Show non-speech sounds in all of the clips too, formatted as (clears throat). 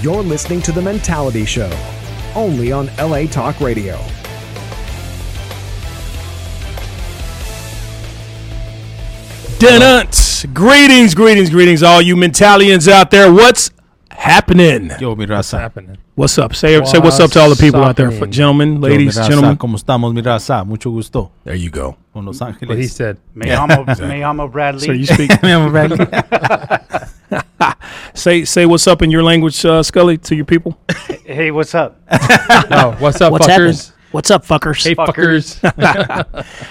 You're listening to The Mentality Show, only on LA Talk Radio. Denunts. Greetings, greetings, greetings, all you mentalians out there. What's happening? Yo, mi raza. happening. What's up? Say, say what's up to all the people out there, What's gentlemen, Yo, mi ladies, raza, gentlemen. ¿Cómo estamos, mi raza? Mucho gusto. There you go. Con Los Ángeles. What he said. Me llamo, me llamo Bradley. So you speak. (laughs) say, say what's up in your language, uh, Scully, to your people. hey, (laughs) what's up? Oh, what's up, What's fuckers? happening? What's up, fuckers? Hey, fuckers.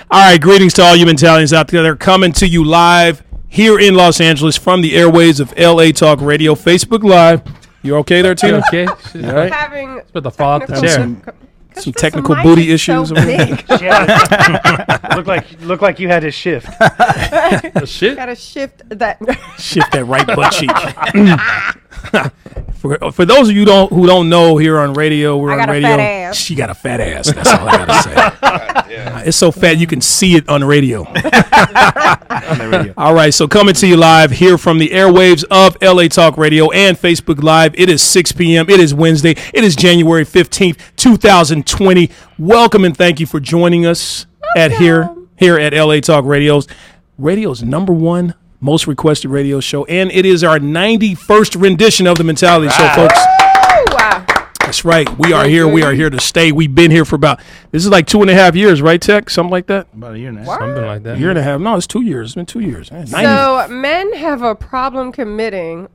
All right, greetings to all you mentalians out there. They're coming to you live here in Los Angeles from the airways of LA Talk Radio, Facebook Live. You're okay there, (laughs) You Tina? okay? (laughs) She's all right. having But the fall off the technical- chair. Some technical booty issues. So over there? big. Yeah. look like look like you had a shift. Shit. (laughs) Gotta shift that. shift that right butt cheek. for, for those of you don't who don't know, here on radio, we're I on got a radio. fat ass. She got a fat ass. That's all I gotta say. Uh, It's so fat you can see it on radio. all right, so coming to you live here from the airwaves of LA Talk Radio and Facebook Live. It is 6 p.m. It is Wednesday. It is January 15th, 2020. Welcome and thank you for joining us at here here at LA Talk Radio's radio's number one most requested radio show, and it is our 91st rendition of the Mentality Show, folks. wow. That's right. We are here. We are here to stay. We've been here for about this is like two and a half years, right, Tech? Something like that. About a year and a half. Something like that. Year and a half? No, it's two years. It's been two years. Eh, 90. So men have a problem committing,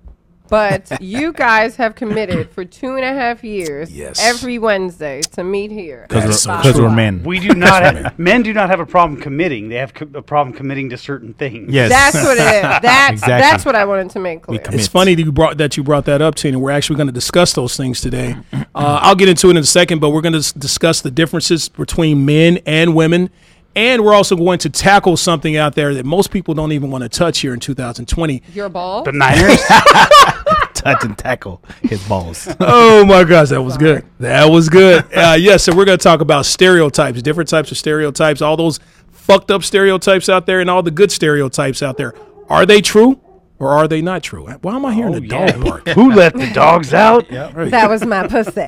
(laughs) but you guys have committed for two and a half years Yes. every Wednesday to meet here. That's so Because we're men. We do not have, men do not have a problem committing. They have co- a problem committing to certain things. yes. That's what it is. (laughs) That's Exactly. that's what I wanted to make clear. commit. it's funny that you brought that you brought that up, Tina. We're actually going to discuss those things today. Uh, I'll get into it in a second, but we're going to discuss the differences between men and women, and we're also going to tackle something out there that most people don't even want to touch here in 2020. Your ball. The Niners. (laughs) touch and tackle his balls. oh my gosh, that was good. That was good. (laughs) Uh, yeah, so we're going to talk about stereotypes, different types of stereotypes, all those fucked up stereotypes out there, and all the good stereotypes out there. Are they true or are they not true? Why am I hearing the dog bark? Who let the dogs out? That was (laughs) my pussy.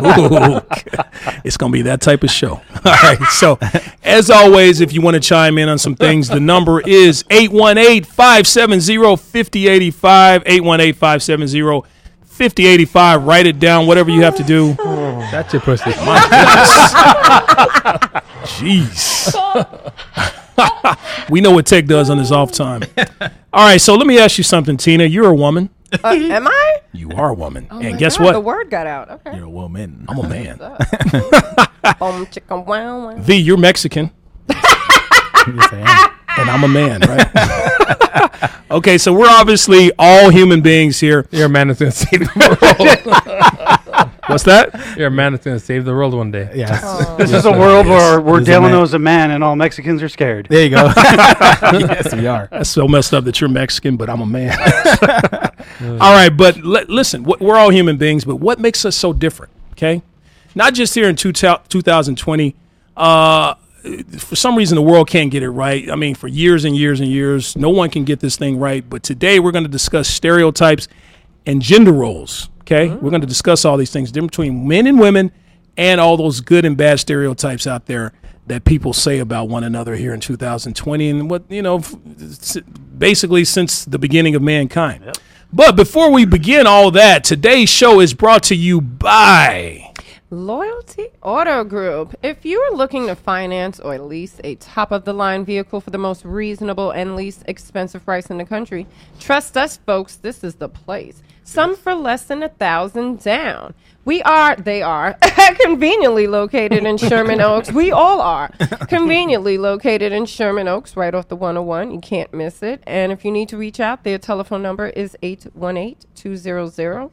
Ooh. it's going to be that type of show. (laughs) All right. So, as always, if you want to chime in on some things, the number is 818 570 5085. 818 570 5085. Write it down, whatever you have to do. That's your pussy. Jeez. we know what Tech does on his off (laughs) time. All right. So, let me ask you something, Tina. You're a woman. Uh, am I? You are a woman. Oh My and guess God, what? The word got out. Okay. You're a woman. I'm a (laughs) man. Boom, chicka, wow, wow. V, you're Mexican. Yes, I and I'm a man, right? okay, so we're obviously all human beings here. You're a man that's going to save the world. (laughs) What's that? You're a man that's going to save the world one day. am. Yes. Oh. This is a world where, where This is a man. Delano's a man and all Mexicans are scared. There you go. yes, we are. That's so messed up that you're Mexican, but I'm a man. (laughs) all right, but le- listen, wh- we're all human beings, but what makes us so different? Okay, not just here in two tou- 2020. Uh, for some reason, the world can't get it right. I mean, for years and years and years, no one can get this thing right. But today, we're going to discuss stereotypes and gender roles. Okay, we're going to discuss all these things different between men and women, and all those good and bad stereotypes out there that people say about one another here in 2020, and what you know, f- s- basically since the beginning of mankind. But before we begin all that, today's show is brought to you by. Loyalty Auto Group. If you are looking to finance or lease a top of the line vehicle for the most reasonable and least expensive price in the country, trust us, folks, this is the place. Some for less than a thousand down. We are, they are, (laughs) conveniently located in Sherman Oaks. We all are conveniently located in Sherman Oaks, right off the 101. You can't miss it. And if you need to reach out, their telephone number is 818 200.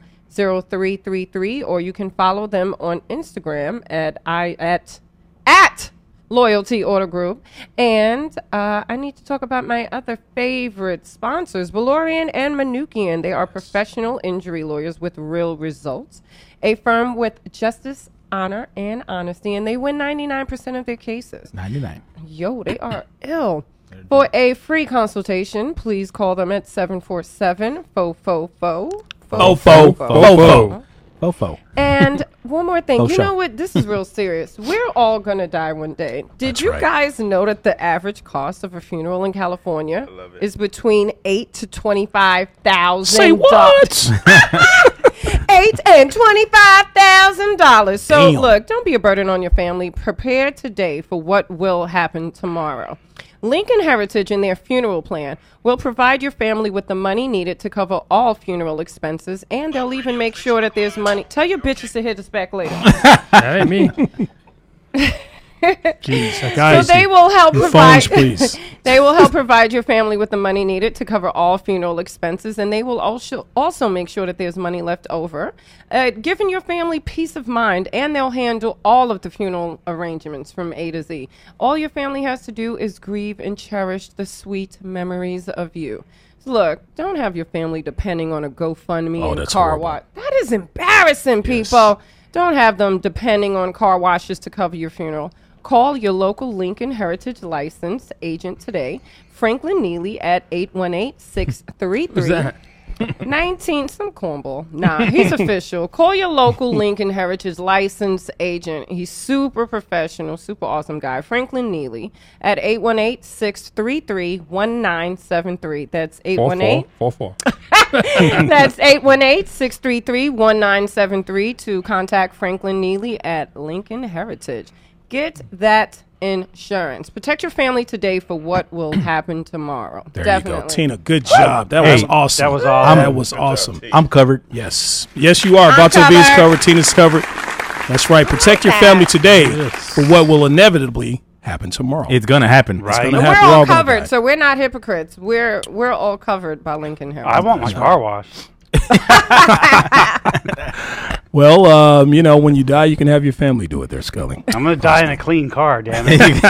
0333 or you can follow them on Instagram at I at at Loyalty Order Group. And uh, I need to talk about my other favorite sponsors, Valorian and Manukian. They are professional injury lawyers with real results, a firm with justice, honor, and honesty, and they win 99% of their cases. 99. Yo, they are ill. For a free consultation, please call them at 747 fo fo fo Fofo. Fofo. Fofo. (laughs) And one more thing. Oh, you sure. know what? This is real serious. We're all going to die one day. Did you right. guys know that the average cost of a funeral in California is between eight to twenty-five thousand? Say what? Eight and twenty-five thousand dollars. So Damn. look, don't be a burden on your family. Prepare today for what will happen tomorrow. Lincoln Heritage and their funeral plan will provide your family with the money needed to cover all funeral expenses, and they'll even make sure that there's money. Tell your bitches to hit us back later. That (laughs) ain't me. Jeez, So guys. they will help provide. phones, (laughs) please. (laughs) they will help provide your family with the money needed to cover all funeral expenses, and they will also also make sure that there's money left over, uh, giving your family peace of mind. And they'll handle all of the funeral arrangements from A to Z. All your family has to do is grieve and cherish the sweet memories of you. Look, don't have your family depending on a GoFundMe Oh, and that's car horrible. wash. That is embarrassing, people. Don't have them depending on car washes to cover your funeral. Call your local Lincoln Heritage License agent today, Franklin Neely at 818 633 that? 19. Some cornball. Nah, he's official. Call your local Lincoln Heritage License agent. He's super professional, super awesome guy. Franklin Neely at 818 633 1973. That's 818 4-4. 4-4. (laughs) that's 818-633-1973 to contact Franklin Neely at Lincoln Heritage. Get that insurance. Protect your family today for what (clears throat) will happen tomorrow. Definitely. Tina, good job. That was awesome. that was awesome. That was awesome. I'm covered. Yes. Yes, you are. Vato covered. B is covered. Tina's covered. That's right. Protect your family today for what will inevitably happen tomorrow. It's gonna happen. Right. gonna We're We're happen. all gonna die. (laughs) covered, so we're not hypocrites. We're we're all covered by Lincoln I Heritage. want my car washed. Well, um, you know, when you die, you can have your family do it there, (laughs) Scully. All I'm gonna die in a clean car. Damn (laughs) it.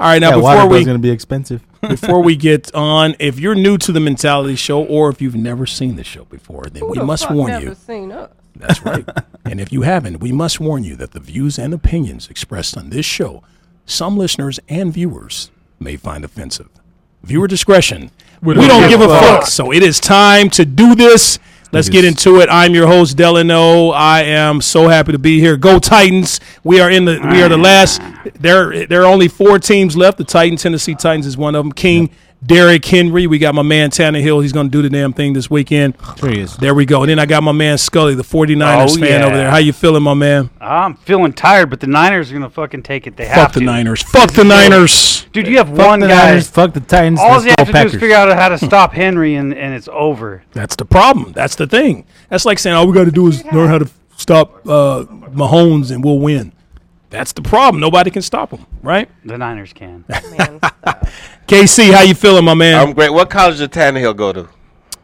right, now Yeah, before water bill's we gonna be expensive. before we get on, if you're new to the mentality show or if you've never seen the show before, then Who we the must fuck warn never you. Seen us? That's right. and if you haven't, we must warn you that the views and opinions expressed on this show, some listeners and viewers may find offensive. Viewer discretion. We don't, give a fuck. So it is time to do this. Let's get into it. I'm your host Delano. I am so happy to be here. Go Titans! We are in the we are the last. There there are only four teams left. The Titans, Tennessee Titans, is one of them. King Derrick Henry. We got my man Tannehill. He's going to do the damn thing this weekend. Sure he is. There we go. And then I got my man Scully, the 49ers Oh, fan yeah. over there. How you feeling, my man? I'm feeling tired, but the Niners are gonna fucking take it. They have Fuck the to. Niners. Fuck the Niners. Dude, you have Fuck one the guy. Niners, fuck the Titans. All let's they have go to Packers. do is figure out (laughs) how to stop Henry, and, and it's over. That's the problem. That's the thing. That's like saying all we got to do is learn how to stop uh, Mahomes and we'll win. That's the problem. Nobody can stop him, right? The Niners can. Man, KC, how you feeling, my man? I'm great. What college did Tannehill go to?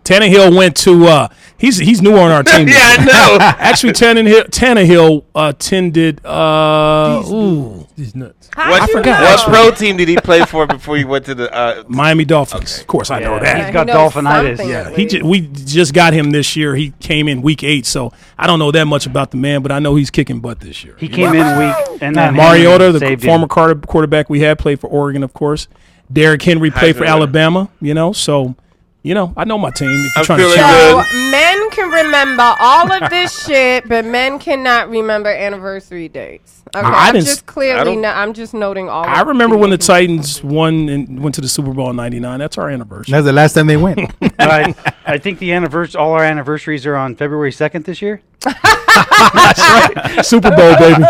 Tannehill went to. Uh, he's he's new on our team. yeah, I know. (laughs) Actually, Tannehill Tannehill attended. Uh, ooh, He's nuts. How What, you forgot. know? What pro team did he play for before he went to the? Uh, Miami Dolphins. Of course, I know Yeah. that. Yeah, He's he got knows dolphinitis. something Yeah, at He least. ju- we just got him this year. He came in week eight, so I don't know that much about the man, but I know he's kicking butt this year. He came in weak, and then Mariota, the Henry saved (laughs) former him. Carter quarterback we had, played for Oregon, of course. Derrick Henry played for Heisman winner. Alabama. You know, so you know I know my team. If you're I'm trying to feeling check- good. So men can remember all of this shit, but men cannot remember anniversary dates. Okay, I I'm didn't s- just clearly. don't- No, I'm just noting all. I of remember when the people can- Titans won and went to the Super Bowl in '99. That's our anniversary. That's the last time they went. Right. I think the anniversary, all our anniversaries are on February 2nd this year. Super Bowl, (laughs) baby.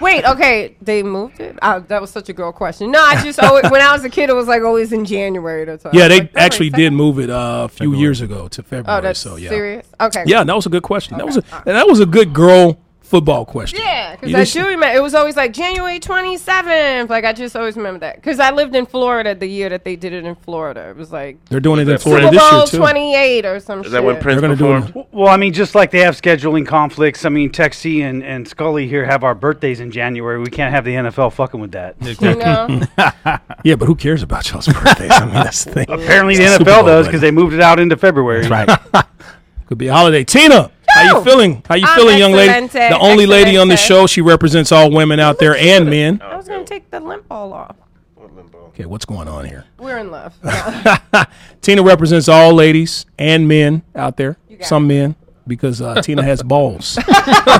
Wait, okay, they moved it. Uh, that was such a girl question. No, I just always, when I was a kid, it was like always in January. That's all. yeah, they Like, actually February did move it uh, a few years ago to February. second? Oh, that's so yeah, serious. Okay. yeah, that was a good question. That was a, and that was a good girl football question. Yeah, because You I just- do remember. It was always like January 27th. Like, I just always remember that. Because I lived in Florida the year that they did it in Florida. It was like They're doing it in That's Florida Super this year Bowl too. 28 or some shit. is that when Prince They're gonna do it. performed? Well, I mean, just like they have scheduling conflicts. I mean, Texie and, and Scully here have our birthdays in January. We can't have the NFL fucking with that. (laughs) you know? Yeah, but who cares about y'all's birthdays? I mean, that's the thing. Apparently, the It's the Super NFL Bowl, buddy. does because they moved it out into February. right. Could be a holiday. Tina, how you Yo! feeling? How you feeling, young lady? Excellente, The only lady on the excellente. show. She represents all women out there and men. I was going to take the limp all off. movement, bro. Okay, what's going on here? We're in love. Tina represents all ladies and men out there, got some men, because uh, Tina (laughs) has balls,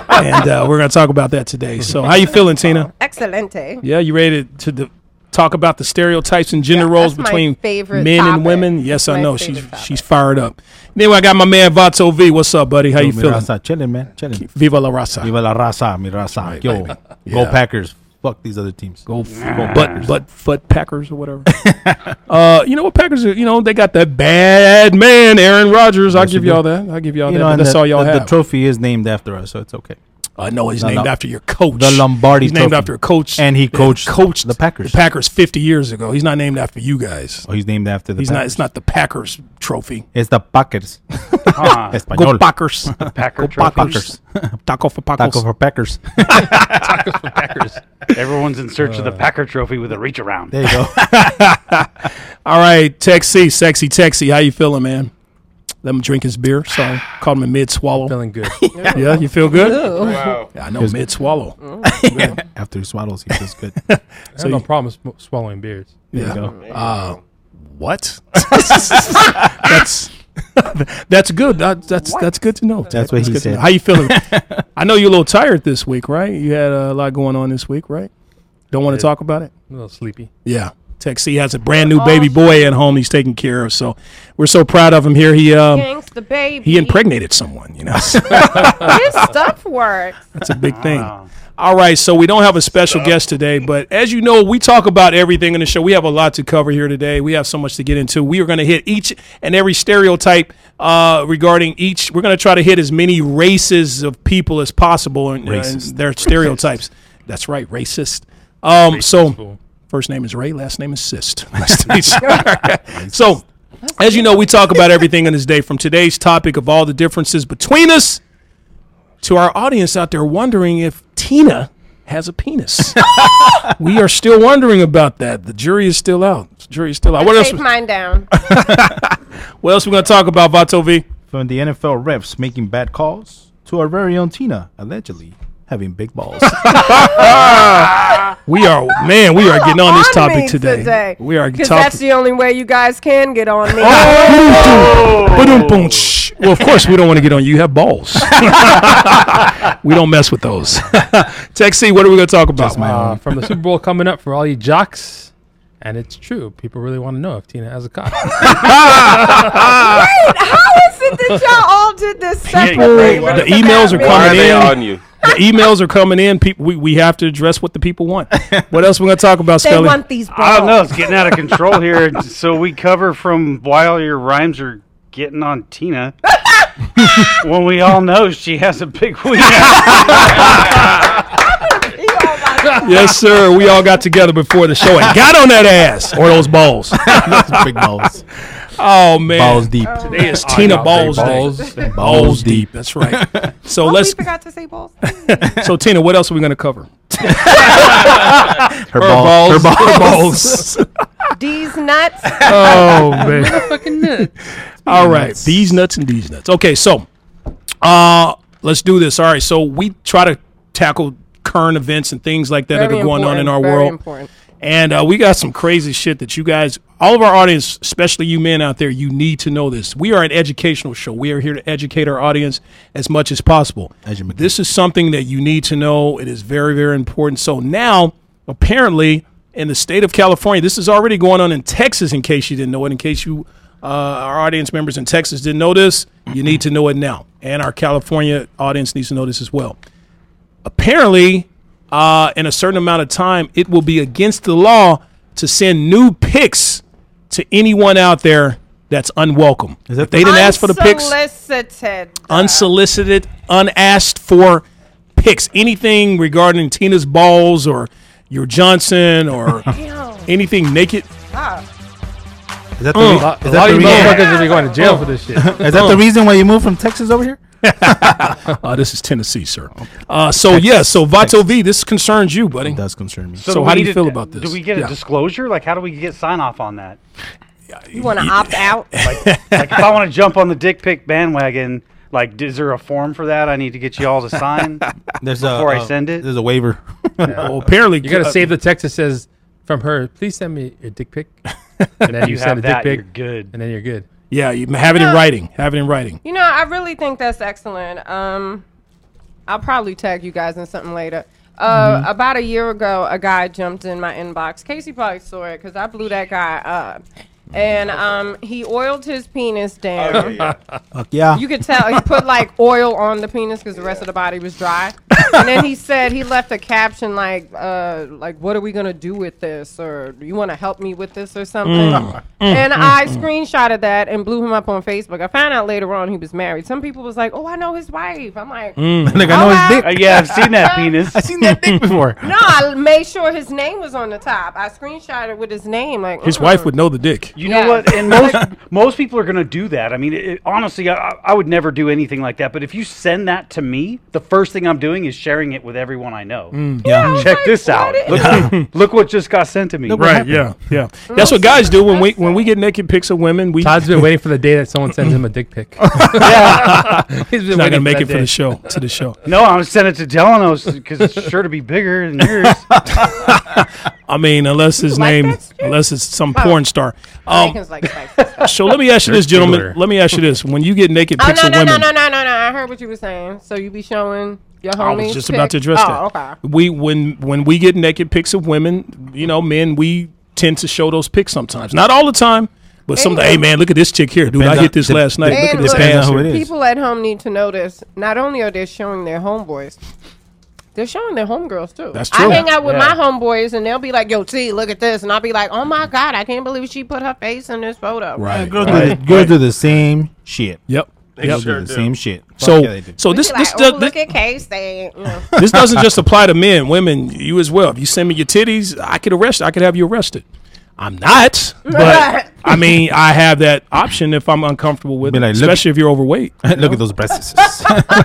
and uh, we're going to talk about that today. So, how you feeling, Tina? Excelente. Yeah, you ready to, to the, talk about the stereotypes and gender roles that's my between favorite men and topic. women? Yes, That's I my know favorite she's topic. she's fired up. Anyway, I got my man Vato V. What's up, buddy? How you mi feeling? raza, chilling, man. Chilling. Viva la raza. Viva la raza, mi raza. Yo, go Packers. Fuck these other teams. Go. But but butt foot Packers or whatever. (laughs) uh, you know what Packers? Are, you know they got that bad man Aaron Rodgers. I'll give we do. y'all that. I'll give y'all You that. know, but and that's the, all y'all the, have. The trophy is named after us, so it's okay. I know he's No, named no. after your coach. The Lombardi He's named Trophy. after a coach, And he that coached coached the Packers. The Packers fifty years ago. He's not named after you guys. Oh, he's named after the. He's not. Packers. It's not the Packers trophy. It's the Packers. (laughs) Huh. Go Español. (laughs) Packers. Uh-huh. Packer Go trophy. Packers. (laughs) Taco for Packers. Taco (laughs) for Packers. Packers. Everyone's in search of Uh. the Packer trophy with a reach around. There you go. All right, Texie, sexy Texie, how you feeling, man? Let him drink his beer. Sorry, called him a mid swallow. (laughs) Feeling good. Yeah, you feel good? Wow. Yeah, I know mid swallow. After he swallows, he feels good. I have no problem sw- swallowing beards. There you go. What? (laughs) that's that's good. That, that's that's good to know. That's what he good to said. know. How you (laughs) feeling? I know you're a little tired this week, right? You had a lot going on this week, right? Don't want to talk about it. I'm a little sleepy. Yeah. Tech C has a brand new baby boy at home. He's taking care of, so we're so proud of him here. He um, Gangsta baby. he impregnated someone. You know, (laughs) His stuff works. It's a big thing. All right, so we don't have a special guest today, but as you know, we talk about everything in the show. We have a lot to cover here today. We have so much to get into. We are going to hit each and every stereotype uh, regarding each. We're going to try to hit as many races of people as possible and, and Racist. their stereotypes. That's right, racist. Um, so, first name is Ray, last name is (laughs) Sist. Nice to meet you. so, as you know, we talk about everything in this day from today's topic of all the differences between us to our audience out there wondering if Tina has a penis. we are still wondering about that. The jury is still out. The jury is still out. What else? Take mine down. What else we gonna talk about, Vato V? From the NFL refs making bad calls to our very own Tina, allegedly having big (laughs) balls. We are man. We are getting on this topic me today. We are Because that's talking. Oh. the only way you guys can get on (laughs) me. Well, of course, we don't want to get on you. You have (laughs) balls. (laughs) we don't mess with those. (laughs) Texie, what are we going to talk about? Uh, from the Super Bowl coming up for all you jocks. And it's true. People really want to know if Tina has a cock. Wait, how is it that y'all all did this separately? great. What The does that emails are mean? Why coming are they in. on you? The emails are coming in. People, we, we have to address what the people want. What else we going to talk about, They Scully? want these balls. I Oh. don't know. Oh, It's getting out of (laughs) control here. So we cover from while your rhymes are getting on (laughs) Tina. when we all know she has a big week. You all like- Yes, sir. We all got together before the show and got on that ass or those balls. big balls. Oh man, Balls deep. Today is Tina Balls Day. balls. (laughs) Balls deep. That's right. So Oh, we let's. forgot to say balls. So Tina, what else are we going to cover? Her, balls. Her balls. balls. (laughs) These nuts. oh man. All right. These nuts and these nuts. Okay, so uh let's do this. All right. So we try to tackle current events and things like that that Very are going on in important, our very world. important. And uh, we got some crazy shit that you guys, all of our audience, especially you men out there, you need to know this. We are an educational show. We are here to educate our audience as much as possible. Educate. This is something that you need to know. It is very, very important. So now, apparently, in the state of California, this is already going on in Texas. In case you didn't know it, in case you, uh, our audience members in Texas didn't know this, you need to know it now, and our California audience needs to know this as well apparently, uh, in a certain amount of time, it will be against the law to send new pics to anyone out there that's unwelcome. Is that if they didn't ask for the pics, Unsolicited. unsolicited, unasked for pics, anything regarding Tina's balls or your Johnson (laughs) or anything naked. Is that the, A lot, re- a is lot that of the you reason? motherfuckers are going to jail for this shit. (laughs) Is that the reason why you moved from Texas over here? Uh, this is Tennessee, sir. Uh, so yeah, so Vato V, this concerns you, buddy. It does concern me. So we how do you need feel to- about this? Do we get a Yeah. disclosure? Like, how do we get sign off (laughs) on that? You want to opt out? Like, if I want to jump on the dick pic bandwagon, like, is there a form for that? I need to get you all to sign. (laughs) There's Before a, uh, uh, I send it? There's a waiver. Well, apparently, You got to uh, save the text that says from her, please send me your dick pic. And then you, You send have a that, dick you're pic, good. and then you're good. Yeah, you have it in No. writing. Have it in writing. You know, I really think that's excellent. Um, I'll probably tag you guys in something later. Uh, About a year ago, a guy jumped in my inbox. Casey probably saw it because I blew that guy up. And um, he oiled his penis down. Fuck yeah. You could tell he put like oil on the penis because the rest of the body was dry. and then he said he left a caption like, uh, like, what are we gonna do with this? Or do you want to help me with this or something? and I screenshotted that and blew him up on Facebook. I found out later on he was married. Some people was like, oh, I know his wife. I'm like, "Oh, like I know his dick. Uh, yeah, I've seen that penis. I seen that dick before. no, I made sure his name was on the top. I screenshotted with his name. Like His mm. wife would know the dick. You know Yeah. what? And most most people are going to do that. I mean, it, it- honestly, I, I would never do anything like that. But if you send that to me, the first thing I'm doing is sharing it with everyone I know. I was Check like, this what out. is- Look, (laughs) look what just got sent to me. Right. Yeah. Yeah. That's what guys do when we when we get naked pics of women. We Todd's been waiting for the day that someone sends him a dick pic. He's been He's not waiting gonna make it that for the day. show to the (laughs) show. No, I'm sending it to Delano's because it's sure to be bigger than yours. I mean, unless his like name, that shit? unless it's some porn (laughs) star. Um, Bacon's like spicy stuff. so let me ask you this, gentlemen. singular. Let me ask you this: When you get naked (laughs) Oh pics no of no no women, no no no no! I heard what you were saying. So you be showing your homies. I was just about to address pic? that. Oh, okay. We when when we get naked pics of women, you know, men we tend to show those pics sometimes. Not all the time, but some. Anyway. Hey man, look at this chick here, dude. Depends I hit on- this de- last night. Look And at this look, pants. on who it is. people at home need to notice. Not only are they showing their homeboys, they're showing their homegirls too. That's I true. hang out with Yeah. my homeboys, and they'll be like, "Yo, T, look at this," and I'll be like, "Oh my god, I can't believe she put her face in this photo." Right. Girls, do, the, girls do the same shit. Yep. Girls Yep. do the same shit. Fuck So yeah, they do. so this This, like, this, oh, does- look this at Case. They, you know. this doesn't just apply to men, women, you as well. If you send me your titties, I could arrest. I could have you arrested. I'm not, but I mean, I have that option if I'm uncomfortable with Be it, like, look- especially if you're (laughs) overweight. Look at those breasts. (laughs)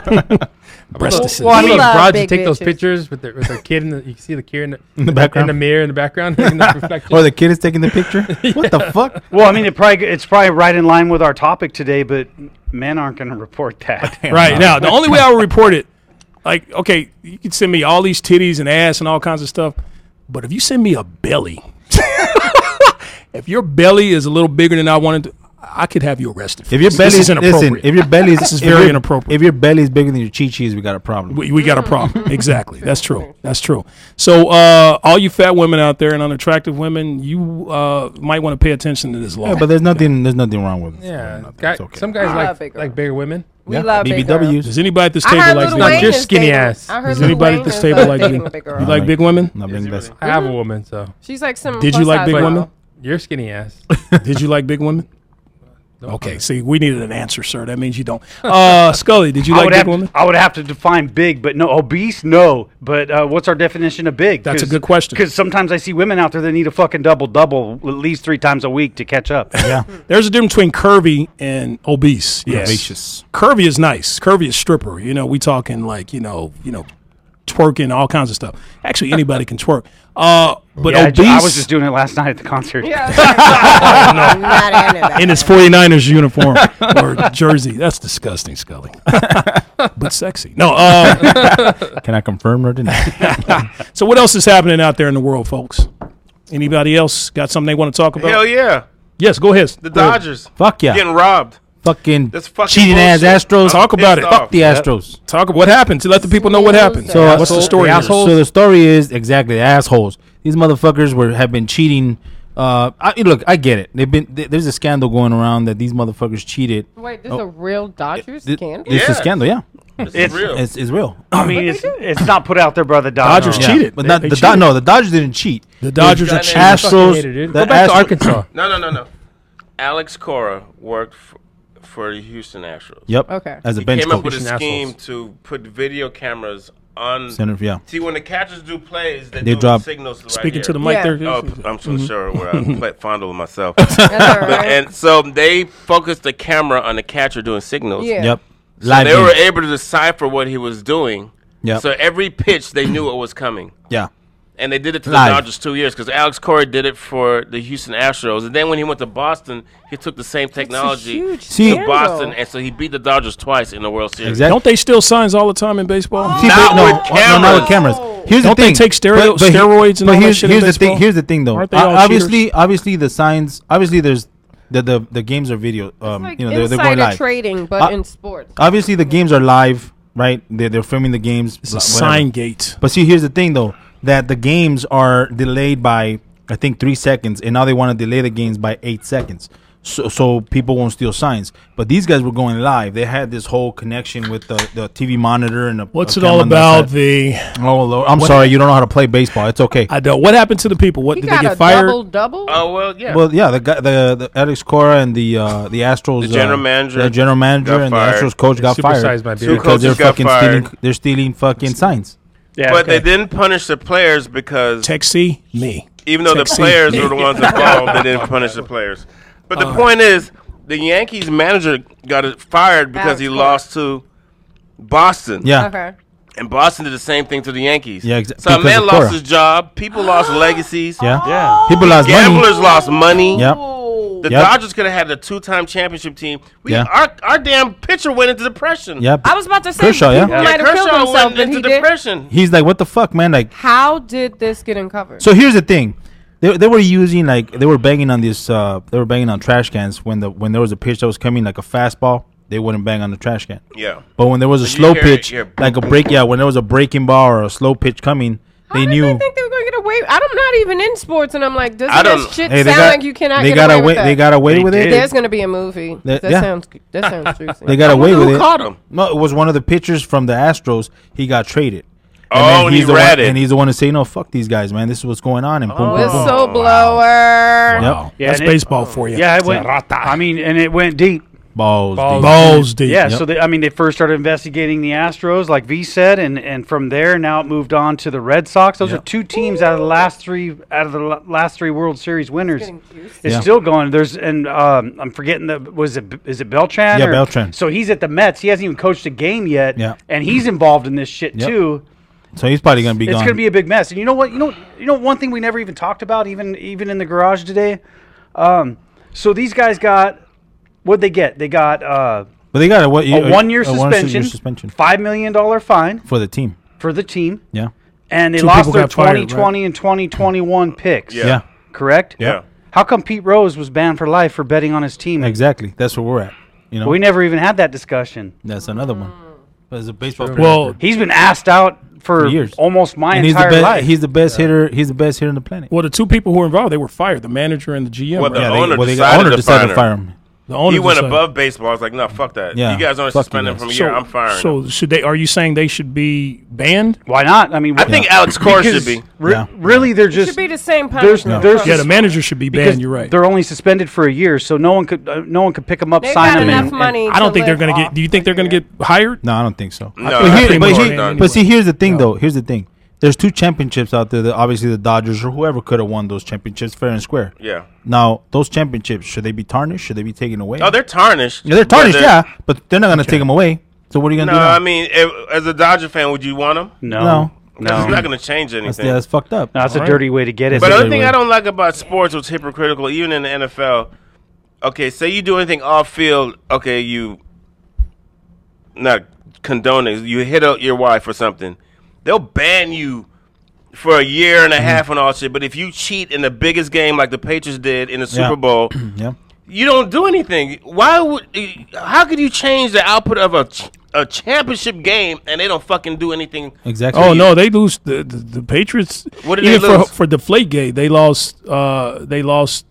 Breastises. Well, Oh, I mean, love broads big take those bitches. pictures with their with their kid, and the, you can see the kid in the, in the background. in the mirror in the background, (laughs) in the reflection. or the kid is taking the picture. (laughs) What the fuck? Well, I mean, it probably it's probably right in line with our topic today, but men aren't going to report that. Right now, the only way I would report it, like, okay, you can send me all these titties and ass and all kinds of stuff, but if you send me a belly, (laughs) if your belly is a little bigger than I wanted, to, I could have you arrested. for If your this. belly this is is inappropriate, listen, if your belly is, This is if very your- inappropriate. If your belly is bigger than your chi chis, we got a problem. we, we got a problem. Mm. exactly, that's (laughs) true. That's true. So, uh, all you fat women out there and unattractive women, you uh, might want to pay attention to this law. yeah, but there's nothing. There's nothing wrong with. it. yeah, Nothing. guy, It's okay. some guys I love like big like girls. bigger women. we love big girls. BBWs. Does anybody at this I table heard like Lil big- Not Wayne your is skinny dating- ass. I heard Does Lil anybody at Wayne this is, table uh, like dating big- a (laughs) big You girl. like big (laughs) women? Not being blessed. I have a woman, so She's like some. Did you plus like size big model. women? you're skinny ass. Did you like big women? Okay, see, we needed an answer, sir. That means you don't. Uh, Scully, did you I like would, big have women? to, I would have to define big, but no obese, no. But uh, what's our definition of big? That's a good question. Because sometimes I see women out there that need a fucking double double at least three times a week to catch up. Yeah. There's a difference between curvy and obese. Yes. Curvaceous. Curvy is nice. Curvy is stripper. You know, we talking like you know, you know, twerking, all kinds of stuff. Actually, anybody can twerk. Uh, but Yeah, I, obese ju- I was just doing it last night at the concert. Yeah. (laughs) I'm not into that. in his 49ers (laughs) uniform or jersey. That's disgusting, Scully. (laughs) but sexy. No. Uh, Can I confirm (laughs) or deny? so what else is happening out there in the world, folks? Anybody else got something they want to talk about? Hell yeah. Yes, go ahead. The Dodgers Fuck yeah. getting robbed. fucking That's fucking cheating ass bullshit. Astros. Talk about it. Pissed Fuck off. the Astros. Talk about what happened. To let the people know what happened. So, uh, what's the so story? The here? assholes. So the story is exactly the assholes. These motherfuckers were have been cheating. Uh, I, look, I get it. They've been th- there's a scandal going around that these motherfuckers cheated. Wait, this is a real Dodgers Th- scandal. It's a Yeah. scandal. Yeah, It's, It's- real. it's, it's real. I mean, it's, it's not put out there by the Dodgers. Dodgers Yeah. cheated. but They- not they the cheated. Do- no. The Dodgers didn't cheat. The Dodgers are Guys, cheating. Astros. Hater, dude. the Go back to Astros- Arkansas. no, no, no, no. Alex Cora worked for, for the Houston Astros. Yep. Okay. As a He bench came up with coach. a Houston scheme assholes. to put video cameras on. Center, yeah. See, when the catchers do plays, they, They do drop- the signals right Speaking here. to the mic Yeah. there. Oh, I'm so sure where I play, fondle myself. That's all But- right. (laughs) and so they focused the camera on the catcher doing signals. Yeah. Yep. So Live. they were game. able to decipher what he was doing. Yep. So every pitch, they knew what was coming. yeah. and they did it to Live. the Dodgers two years because Alex Cora did it for the Houston Astros, and then when he went to Boston, he took the same technology huge See- to scandal. Boston, and so he beat the Dodgers twice in the World Series. Exactly. Don't they steal signs all the time in baseball? See, Not but no, with oh, no, not with cameras. cameras. Here's Don't the they thing. take stereo- he- steroids and all that here's, shit in here's the thing. baseball? He's the thing, though. Aren't they O- all obviously, obviously, the signs. Obviously, there's the the, the games are video. Um, (laughs) like you know, they're, they're going insider live. trading, but Uh, in sports. Obviously, the games are live, right? They're, they're filming the games. It's a sign gate. But see, here's the thing, though, that the games are delayed by I think three seconds, and now they want to delay the games by eight seconds, so so people won't steal signs. But these guys were going live. They had this whole connection with the, the TV monitor and the What's the it all camera on the about? side. The Oh, Lord. I'm sorry, you don't know how to play baseball. It's okay. I don't. What happened to the people? What He did got they a get fired? double double. Oh well, yeah. Well, yeah, the guy, the, the Alex Cora and the uh, the Astros, The general uh, manager the general manager, got and fired. the Astros coach got Supersized fired my beard. Two because they're coaches got fucking fired. stealing. They're stealing fucking signs. Yeah, but they didn't punish the players because Taxi me. even though the Texas. players (laughs) were the ones involved, they didn't punish the players. But Oh. the point is, the Yankees manager got it fired because he Alex lost to Boston. Yeah, Okay. And Boston did the same thing to the Yankees. Yeah, exa- So a because man of lost Cora. his job. People lost legacies. yeah, Yeah. People lost money. Gamblers lost money. Yep. Oh. The Yep. Dodgers could have had a two-time championship team. We, Yeah. our, our damn pitcher went into depression. Yep. I was about to say Kershaw, yeah? people Yeah, might have killed Kershaw themselves, went but into he did. depression. He's like, what the fuck, man? Like, How did this get uncovered? so here's the thing. They, they were using like they were banging on this uh they were banging on trash cans when the when there was a pitch that was coming like a fastball they wouldn't bang on the trash can Yeah. but when there was a you slow hear it, pitch you're- like a break yeah when there was a breaking ball or a slow pitch coming How they did knew they think they were going to get away? I'm not even in sports, and I'm like, I doesn't don't- this shit Hey, sound like you cannot they get got away away with that? they got away They with did. it There's going to be a movie. That, yeah. sounds that (laughs) sounds juicy. they got away wonder with who it caught him. no it was one of the pitchers from the Astros he got traded Oh, then and he he's the read one, it. and he's the one to say no fuck these guys man this is what's going on and boom, Oh, boom, boom. Whistleblower. Yep. Yeah, That's and it- baseball for you. Yeah, it went. I mean, and it went deep. balls, Balls. dude. Balls deep. Yeah, so they, I mean, they first started investigating the Astros, like V said, and and from there now it moved on to the Red Sox. Those are two teams out of the last three out of the la- last three World Series winners. getting juicy. It's Yeah. still going. There's and um, I'm forgetting the was it is it Beltran? Yeah, or- Beltran. So he's at the Mets. He hasn't even coached a game yet. Yeah. and he's involved in this shit Yep. too. so he's probably gonna be It's gone gonna be a big mess. And you know what? You know you know one thing we never even talked about, even even in the garage today. Um, so these guys got what would they get? They got. Uh, but they got uh, a, what, a one year suspension, one-year suspension five million dollar fine for the team for the team, yeah and they Two lost people their got fired, 2020 and 2021 picks. Yeah. Yeah, correct. Yeah. How come Pete Rose was banned for life for betting on his team? exactly. That's where we're at. You know, We never even had that discussion. that's another one. But it's a baseball. player. Well, He's been asked out for For years. almost my and he's the entire best. life. He's the best hitter. He's the best hitter on the planet. well, the two people who were involved, they were fired. The manager and the GM. Well, right? the yeah, owner well, the decided owner to decided to fire fire him. him. The owner He went decided. above baseball. I was like, no, fuck that. Yeah, You guys aren't fuck you suspending guys. from a So, year. I'm firing. him. so should they? Are you saying they should be banned? Why not? I mean, I think Alex Cora should because be. re- Yeah. really they're just should be the same there's punishment. there's Yeah, the manager should be because banned. You're right. They're only suspended for a year, so no one could uh, no one could pick them up, They've sign got them. enough and, money. I don't to think they're live going to get. off. Do you think they're going to get hired? No, I don't think so. No, but, I here- think but more here- than done. but see, here's the thing, though. Here's the thing. There's two championships out there that obviously the Dodgers or whoever could have won those championships fair and square. Yeah. Now those championships should they be tarnished? Should they be taken away? Oh, they're tarnished. yeah, they're but tarnished. yeah, but they're not gonna take them away. So what are you No, gonna do? Now? I mean, if, as a Dodger fan, would you want him? No, No, no, it's not going to change that's, anything. yeah, that's fucked up. that's a dirty way to get it. But uh, That's the other thing way. I don't like about sports was hypocritical, even in the NFL. Okay, say you do anything off field. Okay, you not condoning. You hit out your wife or something. They'll ban you for a year Mm-hmm. and a half and all shit. But if you cheat in the biggest game like the Patriots did in the Super Yeah. Bowl, (clears throat) yeah. you don't do anything. Why would? How could you change the output of a ch- a championship game and they don't fucking do anything? Exactly. Oh no, they lose the the, the Patriots. What did even they for lose? for Deflategate, they lost. Uh, they lost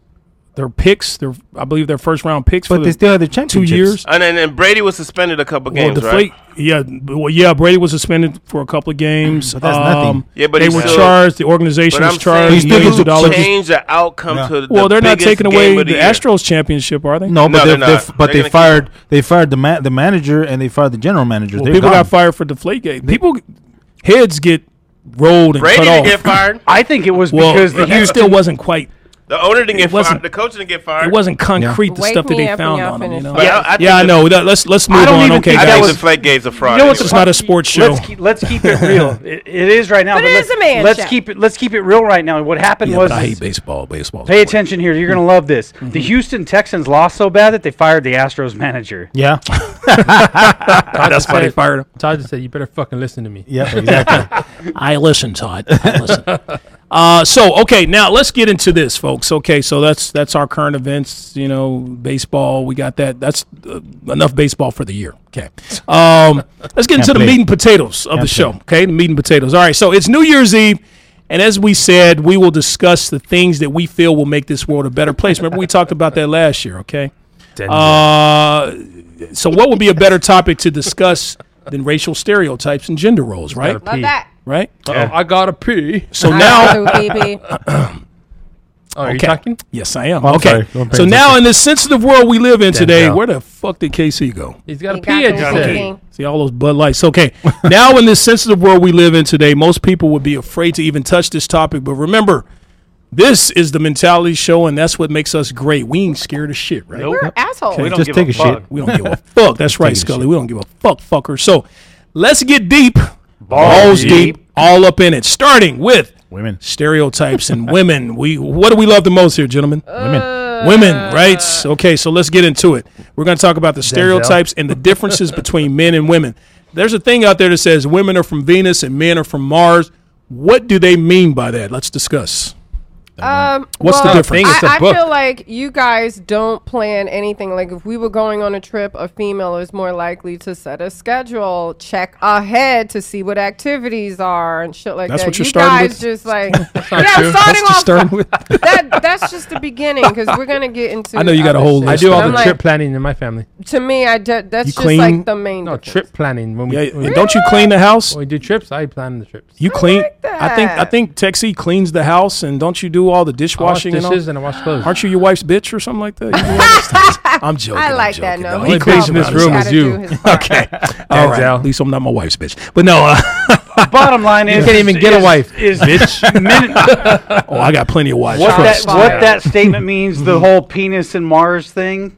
their picks. Their I believe their first round picks But for they the still had the two championships. years. And then and Brady was suspended a couple games, well, right? Deflate, yeah, b- well, yeah. Brady was suspended for a couple of games. Um, that's nothing. Yeah, but they he's were still- charged. The organization But I'm was saying charged. He's Millions still- of dollars. change the outcome Yeah. to the well, they're not biggest taking game away of the year. Astros championship, are they? No, No, but they're they they not. f- but They're they gonna keep- fired they fired the ma- the manager and they fired the general manager. Well, They're people gone. got fired for Deflategate. People g- heads get rolled and Brady cut didn't off. get fired. I think it was well, because the that Houston still wasn't quite. The owner didn't get wasn't- fired. The coach didn't get fired. It wasn't concrete the Wake stuff that me they up when found y'all on him. You finish. know? But Yeah, I, I think I the- know. That- Let's let's move don't on. even Okay, think I that think guys. was- the Flake Gates are fraud. You know what's It's not a sports show. Let's keep, let's keep (laughs) it real. it, it is right now. But it let's, is a man Let's show. keep it. Let's keep it real right now. What happened Yeah, was but I hate Mm-hmm. baseball. Baseball. Pay attention here. You're going to love this. The Houston Texans lost so bad that they fired the Astros manager. Yeah. That's why they fired him. Todd just said, "You better fucking listen to me." yeah. Exactly. I listen, Todd. I listen. uh, so okay, now let's get into this, folks. Okay, so that's that's our current events. You know, baseball. We got that. That's uh, enough baseball for the year. Okay, um, let's get into the play. meat and potatoes of the show. Okay, the meat and potatoes. All right, so it's New Year's Eve. And as we said, we will discuss the things that we feel will make this world a better place. Remember, we talked about that last year, okay? Uh, so, what would be a better topic to discuss than racial stereotypes and gender roles, right? Gotta Love pee. that. Right? Uh-oh, Uh, I got a pee. So I now, got you, (laughs) baby. Oh, are you talking? yes, I am. Oh, I'm okay. sorry. Don't pay So now, attention. in this sensitive world we live in today, Denzel. where the fuck did KC go? He's got He a got pee. I the just pee. said. Okay. See all those Bud Lights. (laughs) Okay. now, in this sensitive world we live in today, most people would be afraid to even touch this topic. But remember, this is the mentality show, and that's what makes us great. We ain't scared of shit, right? We're assholes. We don't Just give take a a fuck. shit. We don't give a (laughs) fuck. That's right, Scully. We don't give a fuck, fucker. So let's get deep, balls, deep. all up in it. Starting with Women. stereotypes and women. We what do we love the most here, gentlemen? Women. women, right? Okay, so let's get into it. We're going to talk about the stereotypes and the (laughs) differences between men and women. There's a thing out there that says women are from Venus and men are from Mars. What do they mean by that? Let's discuss. Um, What's the well, difference? I, It's a I book. feel like you guys don't plan anything. Like if we were going on a trip, a female is more likely to set a schedule, check ahead to see what activities are and shit like That's that. what you're you starting guys with? (laughs) just like yeah, I'm starting off. (laughs) that that's just the beginning because we're gonna get (laughs) into. I know you got a other whole shit. I do all I'm the like, trip planning in my family. To me, I de- that's You just clean? like the main. No difference. trip planning. When we, Yeah, when, we, and don't you clean the house? when we do trips, I plan the trips. You clean. I, like that. think I think Texie cleans the house, and don't you do all the I wash dishwashing and all? dishes and I wash clothes. Aren't you your wife's bitch or something like (laughs) that? You do all those things. I'm joking. I I'm like that. joking. No, I'm he only bitch probably in this room gotta is do you. his part. (laughs) All right. Denzel. At least I'm not my wife's bitch. But no, uh, (laughs) Bottom line is, can't even get a is- wife, Is (laughs) bitch. oh, I got plenty of wives. what that Shots what fired. that statement means? Mm-hmm. The whole penis and Mars thing.